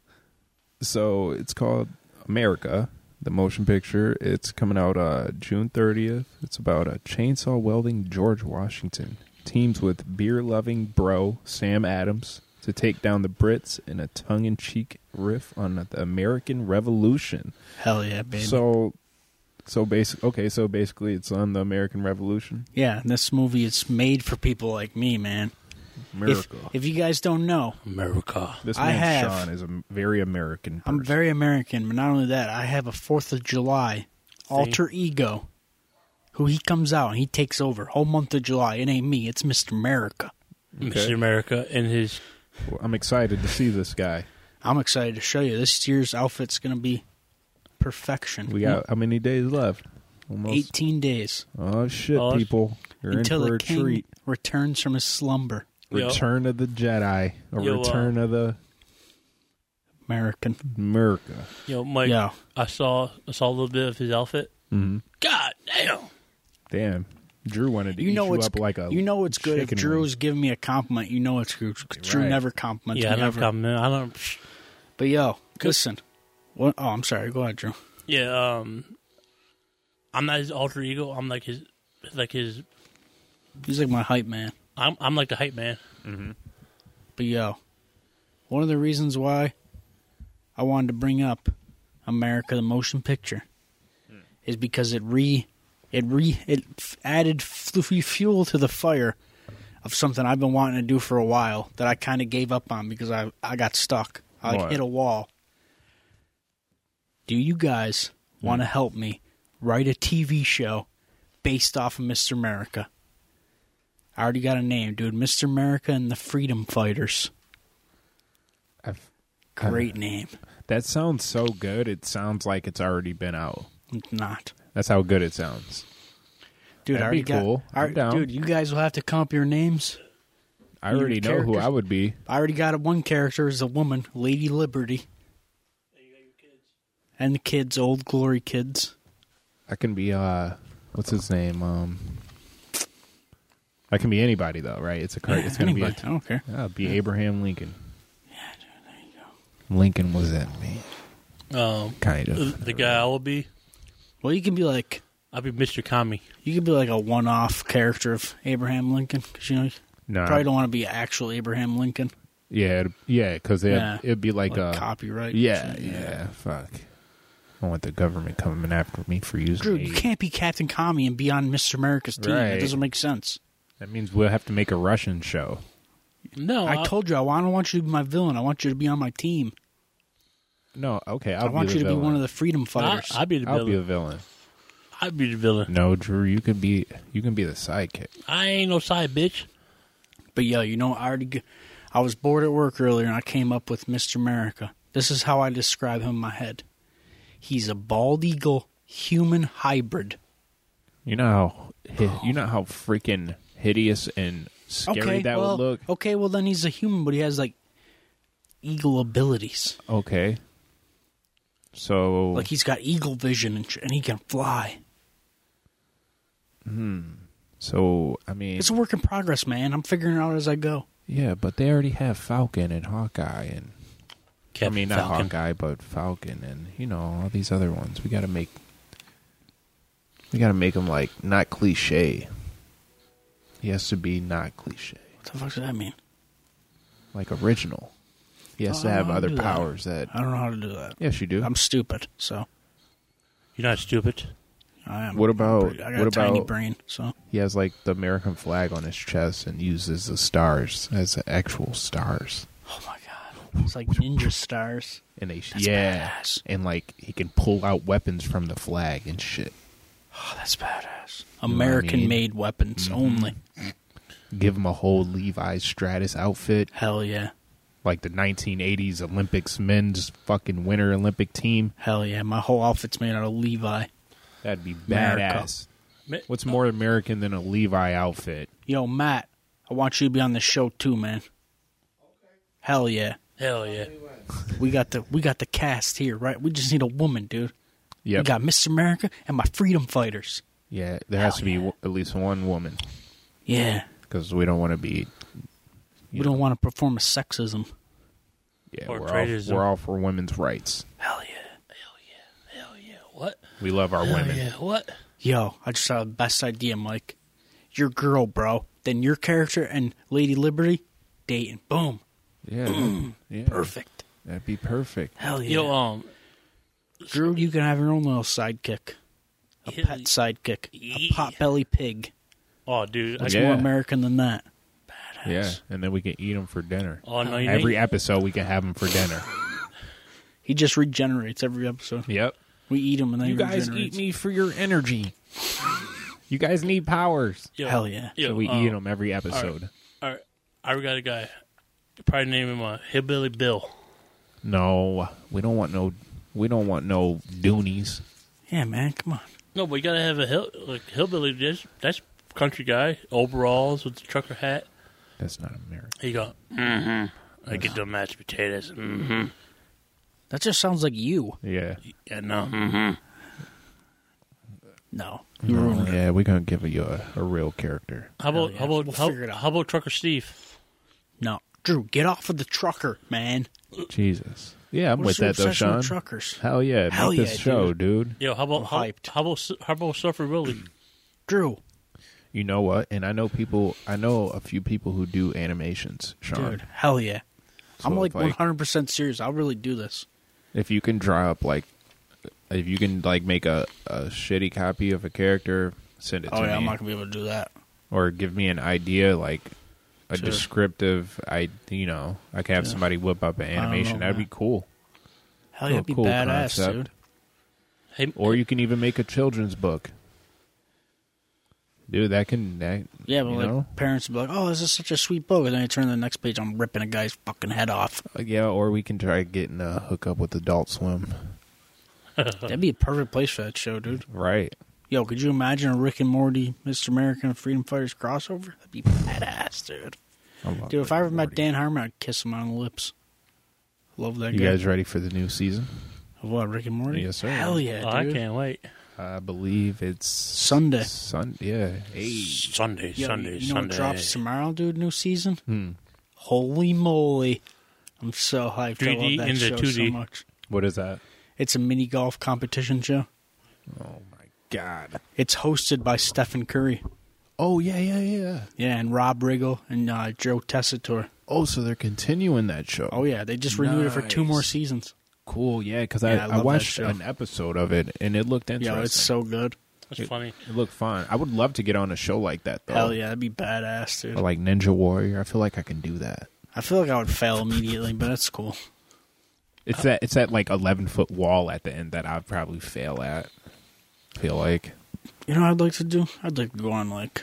so it's called America, the motion picture. It's coming out uh, June 30th. It's about a chainsaw welding George Washington teams with beer loving bro Sam Adams to take down the Brits in a tongue in cheek riff on the American Revolution. Hell yeah, baby. So, so basic. Okay, so basically, it's on the American Revolution. yeah, and this movie is made for people like me, man. If, America. if you guys don't know, America. this I man have- Sean is a very American. Person. I'm very American, but not only that, I have a Fourth of July alter ego. Who he comes out and he takes over whole month of July. It ain't me. It's Mr. America. Mr. America and his I'm excited to see this guy. I'm excited to show you this year's outfit's gonna be perfection. We got how many days left? Almost 18 days Oh shit, Oh, sh- people! You're until in for the a king treat. returns from his slumber. Yo. Return of the Jedi, or Yo, uh, Return of the American. America. you know, Mike Yeah. I saw I saw a little bit of his outfit. God damn. Mm-hmm. Damn, Drew wanted to You eat know you it's up like a. you know it's good if chicken Drew's giving me a compliment. You know it's good. 'cause Drew Right. never compliments yeah, I me don't ever. come in. I don't psh. but yo, listen. What? Oh, I'm sorry. Go ahead, Drew. Yeah, um I'm not his alter ego. I'm like his like his He's like my hype man. I'm I'm like the hype man. But yo, one of the reasons why I wanted to bring up America the Motion Picture is because it re it re it f- added f- fuel to the fire of something I've been wanting to do for a while that I kind of gave up on because I I got stuck. I like, What? hit a wall. Do you guys want to help me write a TV show based off of Mr. America? I already got a name, dude. Mr. America and the Freedom Fighters. Wing. I've- I've- Great name. that sounds so good. It sounds like it's already been out. It's not. That's how good it sounds. Dude, I That'd already be cool. got. I- I'm down. Dude, you guys will have to come up your names. I Your already know who characters- I would be. I already got one character as a woman, Lady Liberty. And the kids, old glory kids. I can be. uh What's his name? Um, I can be anybody though, right? It's a card. It's gonna Anybody, be. I don't care. Yeah, it'd be Abraham Lincoln. Yeah, dude, there you go. Lincoln was that man, Um kind the, of. the guy I will be Well, you can be like I'll be Mr. Kami. you could be like a one-off character of Abraham Lincoln because you know you No, probably don't want to be actual Abraham Lincoln. yeah, it'd, yeah, because Yeah. it'd be like, Like, a copyright. yeah, yeah, fuck. I want the government coming after me for using. Drew, a- you can't be Captain Commie and be on Mr. America's team. That Right. doesn't make sense. That means we'll have to make a Russian show. No, I told you I wa- I don't want you to be my villain. I want you to be on my team. No, okay, I'll i want be you the to villain. be one of the freedom I, fighters. I'll be the I'll be a villain. villain. I'll be the villain. No, Drew, you can be you can be the sidekick. I ain't no side bitch. But yo, you know, I already, g- I was bored at work earlier, and I came up with Mister America. This is how I describe him in my head. He's a bald eagle human hybrid. You know how hi- you know how freaking hideous and scary okay, that well, would look. okay, well then he's a human, but he has like eagle abilities. Okay, So Like he's got eagle vision and, sh- and he can fly. so I mean It's a work in progress, man. I'm figuring it out as I go. yeah, but they already have Falcon and Hawkeye and I Captain mean not Falcon. Hawkeye but Falcon and you know all these other ones. We got to make we got to make them like not cliche. He has to be not cliche, What the fuck does that mean? like original. He has to Oh, I have don't other do that. powers that. I don't know how to do that. Yes, you do. I'm stupid, so You're not stupid. I am. What about- I got a what tiny about- brain, so He has like the American flag on his chest and uses the stars as the actual stars. oh my god, it's like ninja stars. And they That's yeah, badass. and like he can pull out weapons from the flag and shit. Oh, that's badass. mean? American-made weapons only. Give him a whole Levi's Stratus outfit, Hell yeah, like the 1980s Olympics men's fucking winter Olympic team. hell yeah. My whole outfit's made out of Levi. That'd be badass. America. Ma- What's more American than a Levi outfit? Yo, Matt, I want you to be on the show too, man. Hell yeah, Hell yeah. we got the we got the cast here, right? We just need a woman, dude. Yep. We got Miss America and my freedom fighters. yeah, there has to be w- at least one woman Yeah, because we don't want to be. we don't want to perform a sexism. Yeah, Or we're all, traitors. we're all for women's rights. Hell yeah. Hell yeah. What? We love our Hell women. yeah. What? Yo, I just saw the best idea, Mike. Your girl, bro. Then your character and Lady Liberty dating. Boom. Yeah, yeah. Perfect. That'd be perfect. Hell yeah. Yo, um, Drew, you can have your own little sidekick. A Hell pet yeah. sidekick. A Yeah. potbelly pig. oh, dude. I, That's Yeah. more American than that. Yeah, and then we can eat them for dinner. oh, no, you Every ain't. episode, we can have them for dinner. He just regenerates every episode. yep. We eat him and then You he guys eat regenerates. me for your energy. you guys need powers. Yo, Hell yeah. Yo, so we um, eat them every episode. All right. I got a guy. Probably name him uh, Hillbilly Bill. No, we don't want no. We don't want no doonies. Yeah, man, come on. No, but you gotta have a hill, like hillbilly. That's, that's country guy. Overalls with the trucker hat. That's not American. He go. Mm-hmm. I get the mashed potatoes. Mm-hmm. That just sounds like you. Yeah. Yeah, no. Mm-hmm. No. You ruined it. Yeah, we're gonna give you a, a real character. How about yeah. how about We'll how, figure it out. how about trucker Steve? No. Drew, get off of the trucker, man. Jesus. Yeah, I'm with What's your that though, obsession Sean. with truckers? Hell yeah, Hell make yeah, this show, dude. Yo, how about I'm how, hyped. how about how about Surfer Willie? Drew, You know what? And I know people. I know a few people who do animations, Sean. dude, hell yeah. I'm So like if, like- 100% serious. I'll really do this. if you can draw up like if you can like make a, a shitty copy of a character send it Oh to yeah, me I'm not gonna be able to do that. or give me an idea like a Sure. descriptive i you know i could have somebody whip up an animation know, that'd man. be cool Hell yeah, Oh, it'd be cool badass, concept. dude. Hey, or you can even make a children's book dude that can that Yeah, but you like know? parents would be like, "Oh, this is such a sweet book," and then I turn to the next page, I'm ripping a guy's fucking head off. Uh, yeah or we can try getting a hookup with adult swim That'd be a perfect place for that show, dude. right Yo, could you imagine a Rick and Morty, Mr. America, and Freedom Fighters crossover? That'd be badass, dude. I love Dude, if Rick I ever and met Morty. Dan Harmon, I'd kiss him on the lips. Love that you guy. guys ready for the new season Of what Rick and Morty? Yes, sir. Hell yeah, oh, I dude. can't wait. i believe it's Sunday. Sunday. yeah hey Sunday, Yo, Sunday, you know what Sunday. drops tomorrow, dude? New season. Holy moly! I'm so hyped. I 3D love that into show 2D. so much. what is that It's a mini golf competition show. Oh my god. It's hosted by Stephen Curry, Oh yeah, yeah, yeah. yeah, and Rob Riggle and uh, Joe Tessitore. Oh, so they're continuing that show. Oh yeah, they just renewed it for two Nice. more seasons. cool. Yeah, because Yeah, I I, love I, that watched show. an episode of it and it looked interesting. Yo, it's so good. That's funny. it looked fun. I would love to get on a show like that though. Hell yeah, that'd be badass, Or dude. like Ninja Warrior. I feel like I can do that. I feel like I would fail immediately, but that's cool. It's that it's that like eleven foot wall at the end that I'd probably fail at. I feel like. You know, what I'd like to do. I'd like to go on like,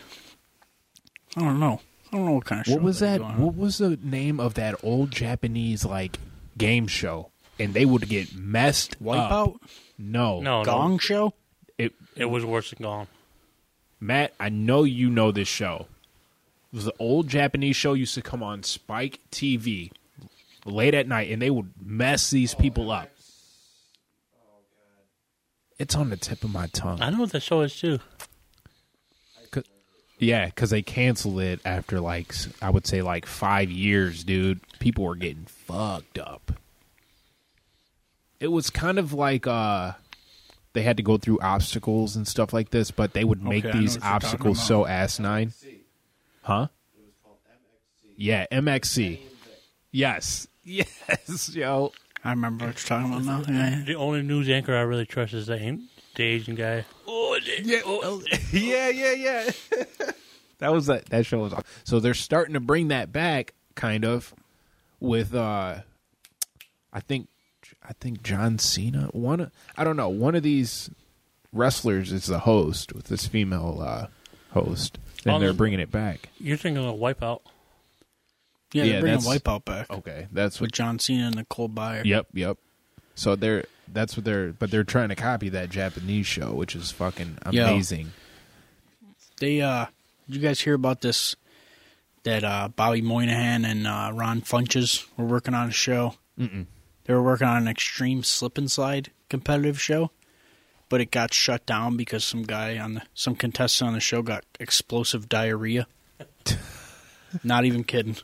I don't know, I don't know what kind of show. What was I'd that? go on. What was the name of that old Japanese like game show? And they would get messed up. Wipeout, No, No, Gong Oh, no, Show. It it was worse than gone. Matt, I know you know this show. It was an old Japanese show used to come on Spike TV late at night, and they would mess these people up. It's on the tip of my tongue. I know what that show is too. Yeah, because they canceled it after like s- I would say like five years, dude. People were getting fucked up. It was kind of like uh they had to go through obstacles and stuff like this, but they would make I know these what you're talking obstacles about. so asinine. Huh? Yeah, MXC. Yes. Yes, yo. I remember what you're talking about now. Yeah, yeah. The only news anchor I really trust is that an- the Asian guy. Oh, yeah. yeah, yeah, yeah. that was that. That show was awesome. So they're starting to bring that back, kind of, with uh, I think, I think John Cena. One, of- I don't know. One of these wrestlers is the host with this female uh, host, and Um, they're bringing it back. You're thinking of Wipeout. yeah, Yeah, they're bringing that's- Wipeout back Okay, that's with what. John Cena and Nicole Byer. Yep, yep. So they're that's what they're, but they're trying to copy that Japanese show, which is fucking Yo. amazing. They uh, did you guys hear about this? That uh, Bobby Moynihan and uh, Ron Funches were working on a show. Mm-mm. They were working on an extreme slip and slide competitive show, but it got shut down because some guy on the some contestant on the show got explosive diarrhea. Not even kidding.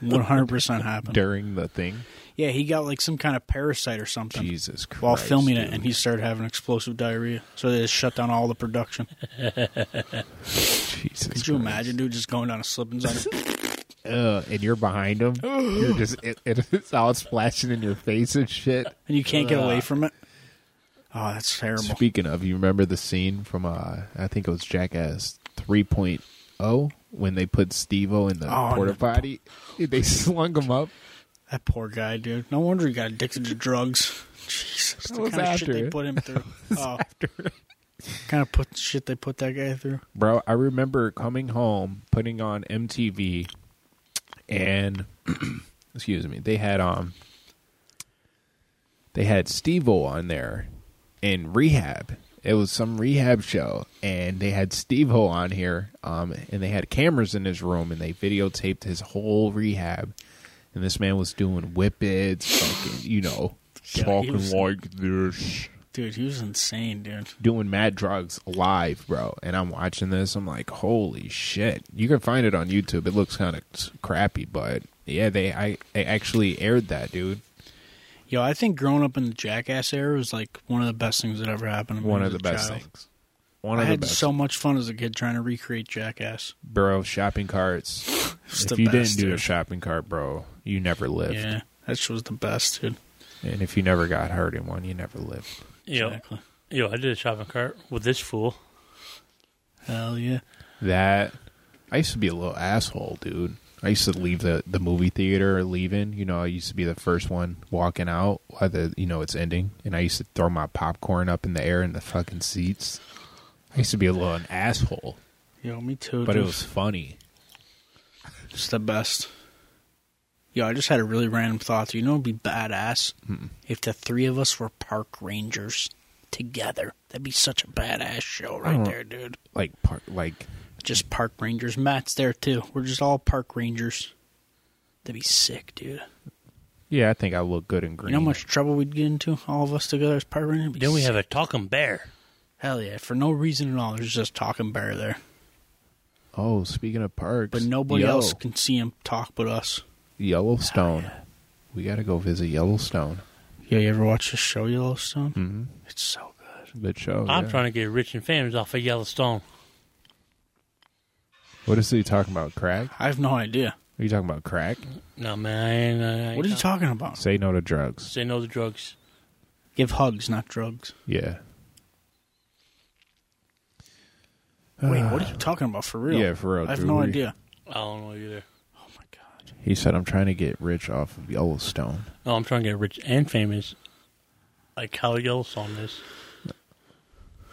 One hundred percent happened. During the thing, Yeah, he got like some kind of parasite or something Jesus Christ! while filming it, dude. and he started having explosive diarrhea. So they just shut down all the production. Jesus Could you Christ. imagine, dude, just going down a slip and slide? Ugh, and you're behind him. You're just it, it's all splashing in your face and shit. and you can't get away from it? Oh, that's terrible. Speaking of, you remember the scene from uh, I think it was Jackass 3.0 when they put Steve-O in the Oh, porta no. potty. They slung him up. That poor guy, dude. No wonder he got addicted to drugs. Jesus, the was kind of shit after they it. put him through. Oh, kind of put shit they put that guy through. Bro, I remember coming home, putting on MTV, and excuse me, they had um, they had Steve-O on there in rehab. It was some rehab show, and they had Steve-O on here, um, and they had cameras in his room, and they videotaped his whole rehab. And this man was doing whippets, fucking, you know, talking was- like this Dude, he was insane, dude. doing mad drugs live, bro. And I'm watching this. I'm like, holy shit! You can find it on YouTube. It looks kind of crappy, but yeah, they I they actually aired that, dude. Yo, I think growing up in the Jackass era was like one of the best things that ever happened. to me One of as a the best child. things. One I of the had best. so much fun as a kid trying to recreate Jackass. bro, shopping carts. It's if the you best, didn't do a dude. shopping cart, bro, you never lived. Yeah, that shit was the best, dude. And if you never got hurt in one, you never lived. Yo, Exactly. yo, I did a shopping cart with this fool. Hell yeah. That I used to be a little asshole, dude. I used to leave the, the movie theater leaving. You know, I used to be the first one walking out while the you know it's ending, and I used to throw my popcorn up in the air in the fucking seats. I used to be a little an asshole, Yo, me too. but it dude. was funny. It's the best. Yo, I just had a really random thought. You know, it'd be badass if the three of us were park rangers together. That'd be such a badass show right don't- there, dude. Like par- like Just park rangers. Matt's there too. We're just all park rangers. That'd be sick, dude. yeah, I think I look good in You green. know how much trouble we'd get into, all of us together as park rangers? It'd be Then we sick. have a talking bear. hell yeah, for no reason at all. There's just talking bear there, Oh, speaking of parks, but nobody yo, else Oh, can see him talk but us. Yellowstone. We got to go visit Yellowstone. Yeah, you ever watch the show Yellowstone? Mm-hmm. It's so good. Good show. I'm yeah. trying to get rich and famous off of Yellowstone. What is he talking about? Crack? I have no idea. Are you talking about crack? No man, I ain't, I ain't What are you not- talking about? Say no to drugs. Say no to drugs. Give hugs, not drugs. Yeah. Wait, what are you talking about for real? Uh, Yeah, for real, I have dude. no We- idea. I don't know either. Oh my god. He said, I'm trying to get rich off of Yellowstone. No, I'm trying to get rich and famous, like how Yellowstone is.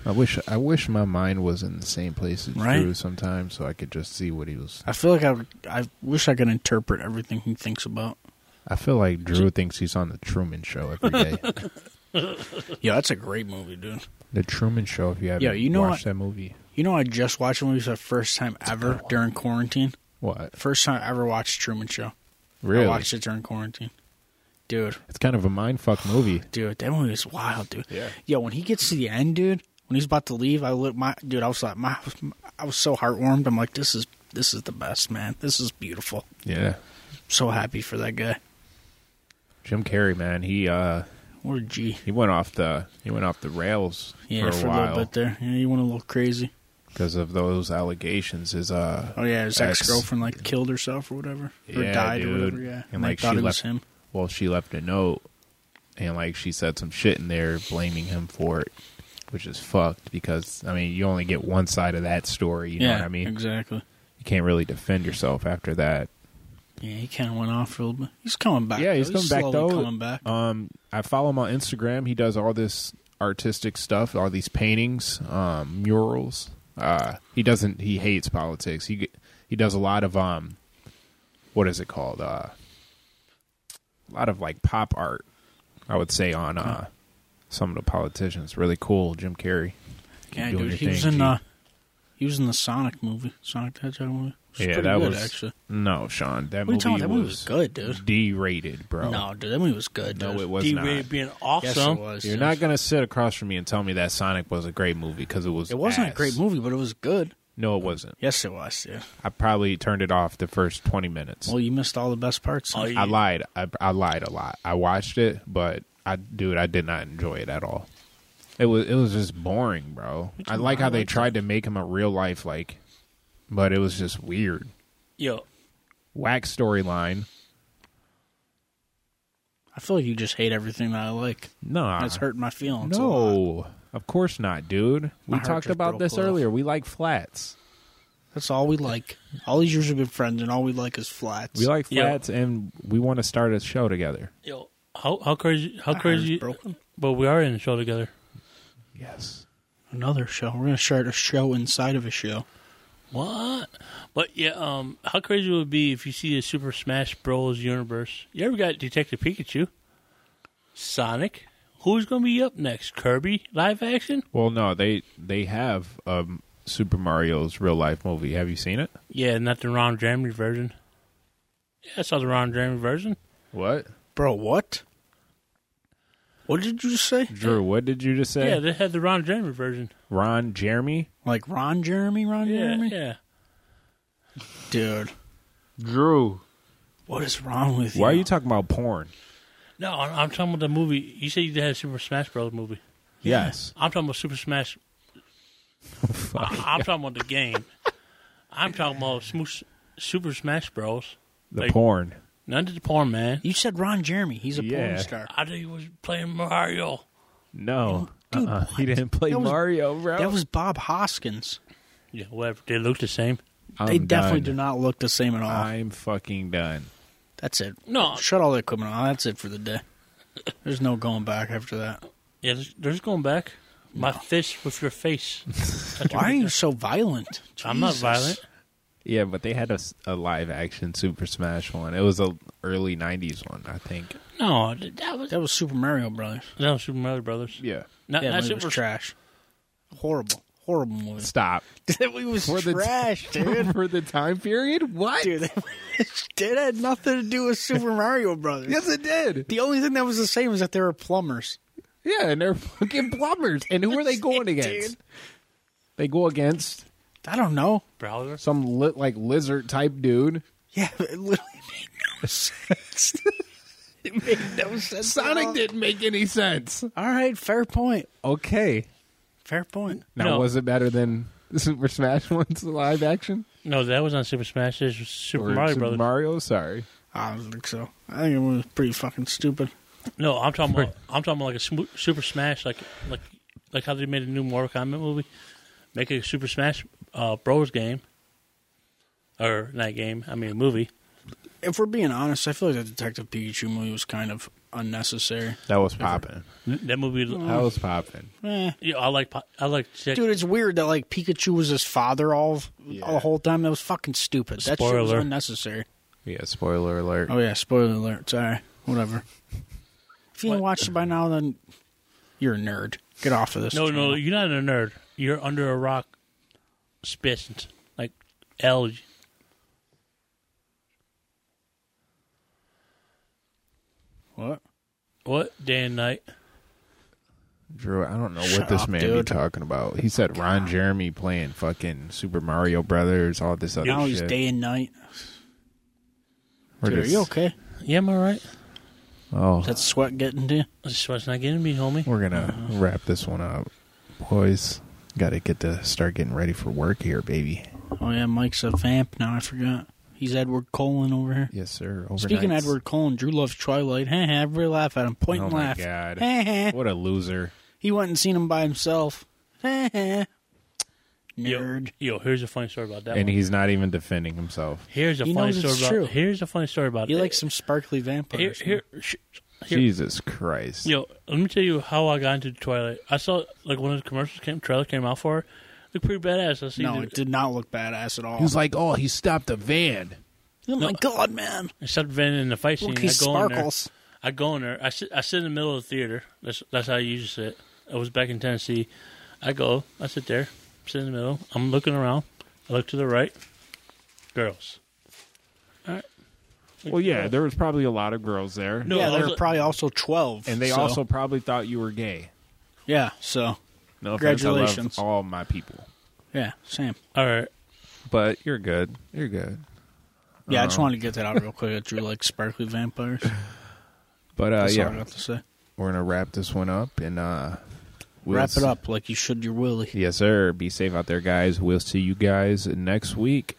I wish I wish my mind was in the same place as Right? Drew sometimes so I could just see what he was. I feel like I I wish I could interpret everything he thinks about. I feel like Drew thinks he's on the Truman Show every day. Yeah, that's a great movie, dude. the Truman Show, if you haven't you know watched what- that movie. You know, I just watched a movie for the first time ever during quarantine. What? First time I ever watched Truman Show. Really? I watched it during quarantine. dude, It's kind of a mind fuck movie. dude, that movie was wild, dude. Yeah. Yo, when he gets to the end, dude, when he's about to leave, I look my dude. I was like, my, I was so heartwarmed. I'm like, this is this is the best, man. This is beautiful. Yeah. So happy for that guy. Jim Carrey, man, he uh What a G. he went off the he went off the rails Yeah, for a for a little while bit there. Yeah, you went a little crazy. because of those allegations. His uh Oh yeah, his Ex. ex girlfriend like killed herself or whatever, or Yeah, died dude. or whatever. Yeah, And, and, like, they thought she it was left- him. well, she left a note and like she said some shit in there blaming him for it, which is fucked because I mean you only get one side of that story. You know yeah, what I mean? exactly. You can't really defend yourself after that. Yeah, he kind of went off for a little bit. He's coming back. Yeah, he's though. coming back, slowly though. Coming back. Um, I follow him on Instagram. He does all this artistic stuff, all these paintings, um, murals. Uh, he doesn't. He hates politics. He he does a lot of um, what is it called? Uh, a lot of like pop art. I would say on uh, some of the politicians. Really cool. Jim Carrey. Keep yeah, doing dude, your he was thing, in. G. Uh, he was in the Sonic movie, Sonic the Hedgehog movie. It was yeah, pretty that good, was actually. no Sean. That What are you movie talking about? That movie was was good, dude. D-rated, bro. No, dude, that movie was good. no, dude. it was D not. Wade being Yes, awesome. it was. You're dude. not gonna sit across from me and tell me that Sonic was a great movie because it was. It wasn't a ass. great movie, but it was good. No, it wasn't. Yes, it was. Yeah. I probably turned it off the first twenty minutes. Well, you missed all the best parts. Oh, you- I lied. I, I lied a lot. I watched it, but I, dude, I did not enjoy it at all. It was it was just boring, bro. I like how they tried to make him a real life like, but it was just weird. Yo, Whack storyline. I feel like you just hate everything that I like. Nah, That's hurting my feelings. a lot. Uh-huh. No, of course not, dude. My We heart talked just about broke this off. earlier. We like flats. That's all we like. All these years we've been friends, and all we like is flats. We like Yo. flats, and we want to start a show together. yo, how how crazy? How My heart is crazy? broken. But we are in the show together. Yes. Another show. We're gonna start a show inside of a show. What? But yeah, um, how crazy would it be if you see a Super Smash Bros. universe? You ever got Detective Pikachu, Sonic? Who's gonna be up next? Kirby live action? Well, no, they they have um, Super Mario's real life movie. Have you seen it? Yeah, not the Ron Jeremy version. Yeah, I saw the Ron Jeremy version. What, Bro, what? What did you just say? Drew? What did you just say? Yeah, they had the Ron Jeremy version. Ron Jeremy. Like Ron Jeremy, Ron Yeah, Jeremy? yeah. Dude, Drew, what is wrong with you? why are you talking about porn? No, I'm, I'm talking about the movie. You said you had a Super Smash Bros. movie. Yes. I'm talking about Super Smash. I, am talking about the game. I'm talking about Smoo- Super Smash Bros. The Like- porn. None of the porn man. You said Ron Jeremy. He's a Yeah. porn star. I thought he was playing Mario. No. Dude, uh-uh. He didn't play That was- Mario, bro. That was Bob Hoskins. Yeah, whatever. They look the same. I'm they definitely done. do not look the same at all. I'm fucking done. That's it. No. Shut all the equipment on. That's it for the day. There's no going back after that. Yeah, there's, there's going back. My fist with your face. Why are you so violent? I'm not Jesus. violent. Yeah, but they had a, s- a live action Super Smash one. It was a early '90s one, I think. No, th- that was That was Super Mario Brothers. that was Super Mario Brothers. Yeah. Not, That not movie was Super trash. Horrible. Horrible movie. Stop. that movie was For the- trash, dude. For the time period, what? dude, that that had nothing to do with Super Mario Brothers. Yes, it did. The only thing that was the same is that they were plumbers. Yeah, and they're fucking plumbers. And who are they going Dude. against? They go against I don't know. Browser. some lit like lizard type dude. Yeah, it literally made no sense. it made no sense. at all. Sonic didn't make any sense. All right, fair point. Okay. Fair point. Now No. was it better than the Super Smash One's live action? No, that was on Super Smash. This was Super Or Mario Super Brothers. Mario, sorry. I don't think so. I think it was pretty fucking stupid. no, I'm talking about I'm talking about like a sm- Super Smash, like like like how they made a new Mortal Kombat movie, make a Super Smash uh, Bros. game, or not game. I mean a movie. If we're being honest, I feel like the Detective Pikachu movie was kind of unnecessary. That was popping. That movie. That was popping. Eh. Yeah, I like po- I like check- Dude, it's weird that like Pikachu was his father all of- Yeah. the whole time. That was fucking stupid. That shit was Spoiler. unnecessary. Yeah, spoiler alert. Oh yeah, spoiler alert. Sorry, whatever. If you haven't watched it by now, then you're a nerd. Get off of this. No, channel. no, you're not a nerd. You're under a rock, spitting like algae. What? What day and night? Drew, I don't know Shut what this up, man be dude. talking about. He said Ron Jeremy playing fucking Super Mario Brothers, all this other now shit. he's day and night. We're Dude, are just- you okay? Yeah, I'm all right. Oh, Is that sweat getting to you? That's what's not getting me, homie. we're gonna wrap this one up, boys. Got to get to start getting ready for work here, baby. Oh yeah, Mike's a vamp now. I forgot. He's Edward Cullen over here. Yes, sir. Speaking of Overnights. Edward Cullen, Drew loves Twilight. Heh heh, everybody laugh at him. Point Oh and my laugh. God. Heh heh. what a loser. He went and seen him by himself. Heh heh. Yo, Nerd. Yo, here's a funny story about that. And one. he's not even defending himself. here's a he funny knows story it's about. true. Here's a funny story about. He it. likes some sparkly vampires. Here, here, sh- here- Jesus Christ. Yo, let me tell you how I got into Twilight. I saw like one of the commercials came trailer came out for it. Looked pretty badass. I see. no, the- it did not look badass at all. He was like, oh, he stopped a van. oh my god, man! I stopped Van in the fight scene. Look, I he go in there. sparkles. I go in there. I sit. I sit in the middle of the theater. That's that's how I usually sit. I was back in Tennessee. I go. I sit there. Sit in the middle. I'm looking around. I look to the right. Girls. Well, yeah, there was probably a lot of girls there. No, yeah, I they was- were probably also twelve, And they so- also probably thought you were gay. yeah. So No offense, I love Congratulations. all my people. yeah, same. All right. But you're good. You're good. Yeah, I just wanted to get that out real quick. that Drew likes sparkly vampires. But uh, That's all I yeah, got to say. we're gonna wrap this one up and uh, we'll Wrap it s- up like you should your Willie. Yes, sir. Be safe out there, guys. We'll see you guys next week.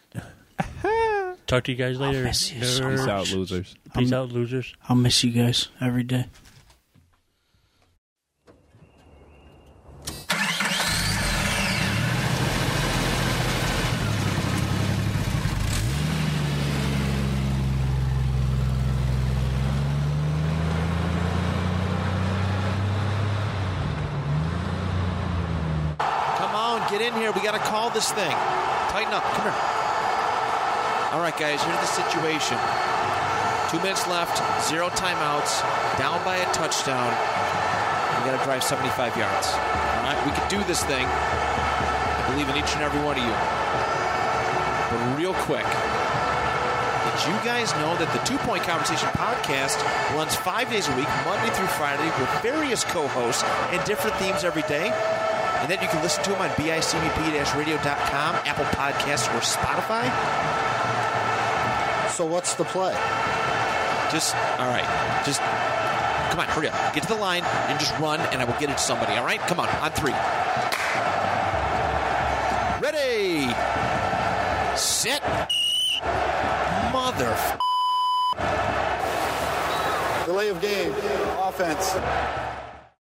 Talk to you guys later. miss you so Nerd. Peace out, losers. Peace out, losers. I'll miss you guys every day. Come on, get in here. We got to call this thing. Tighten up. Come here. All right, guys, here's the situation. Two minutes left, zero timeouts, down by a touchdown. We got to drive 75 yards. All right, we could do this thing. I believe in each and every one of you. But real quick, did you guys know that the Two Point Conversation podcast runs five days a week, Monday through Friday, with various co hosts and different themes every day? And then you can listen to them on bicbp-radio.com, Apple Podcasts, or Spotify. So what's the play? Just, all right, just, come on, hurry up. Get to the line and just run, and I will get it to somebody, all right? Come on, on three. Ready, set, mother. Delay of game, offense.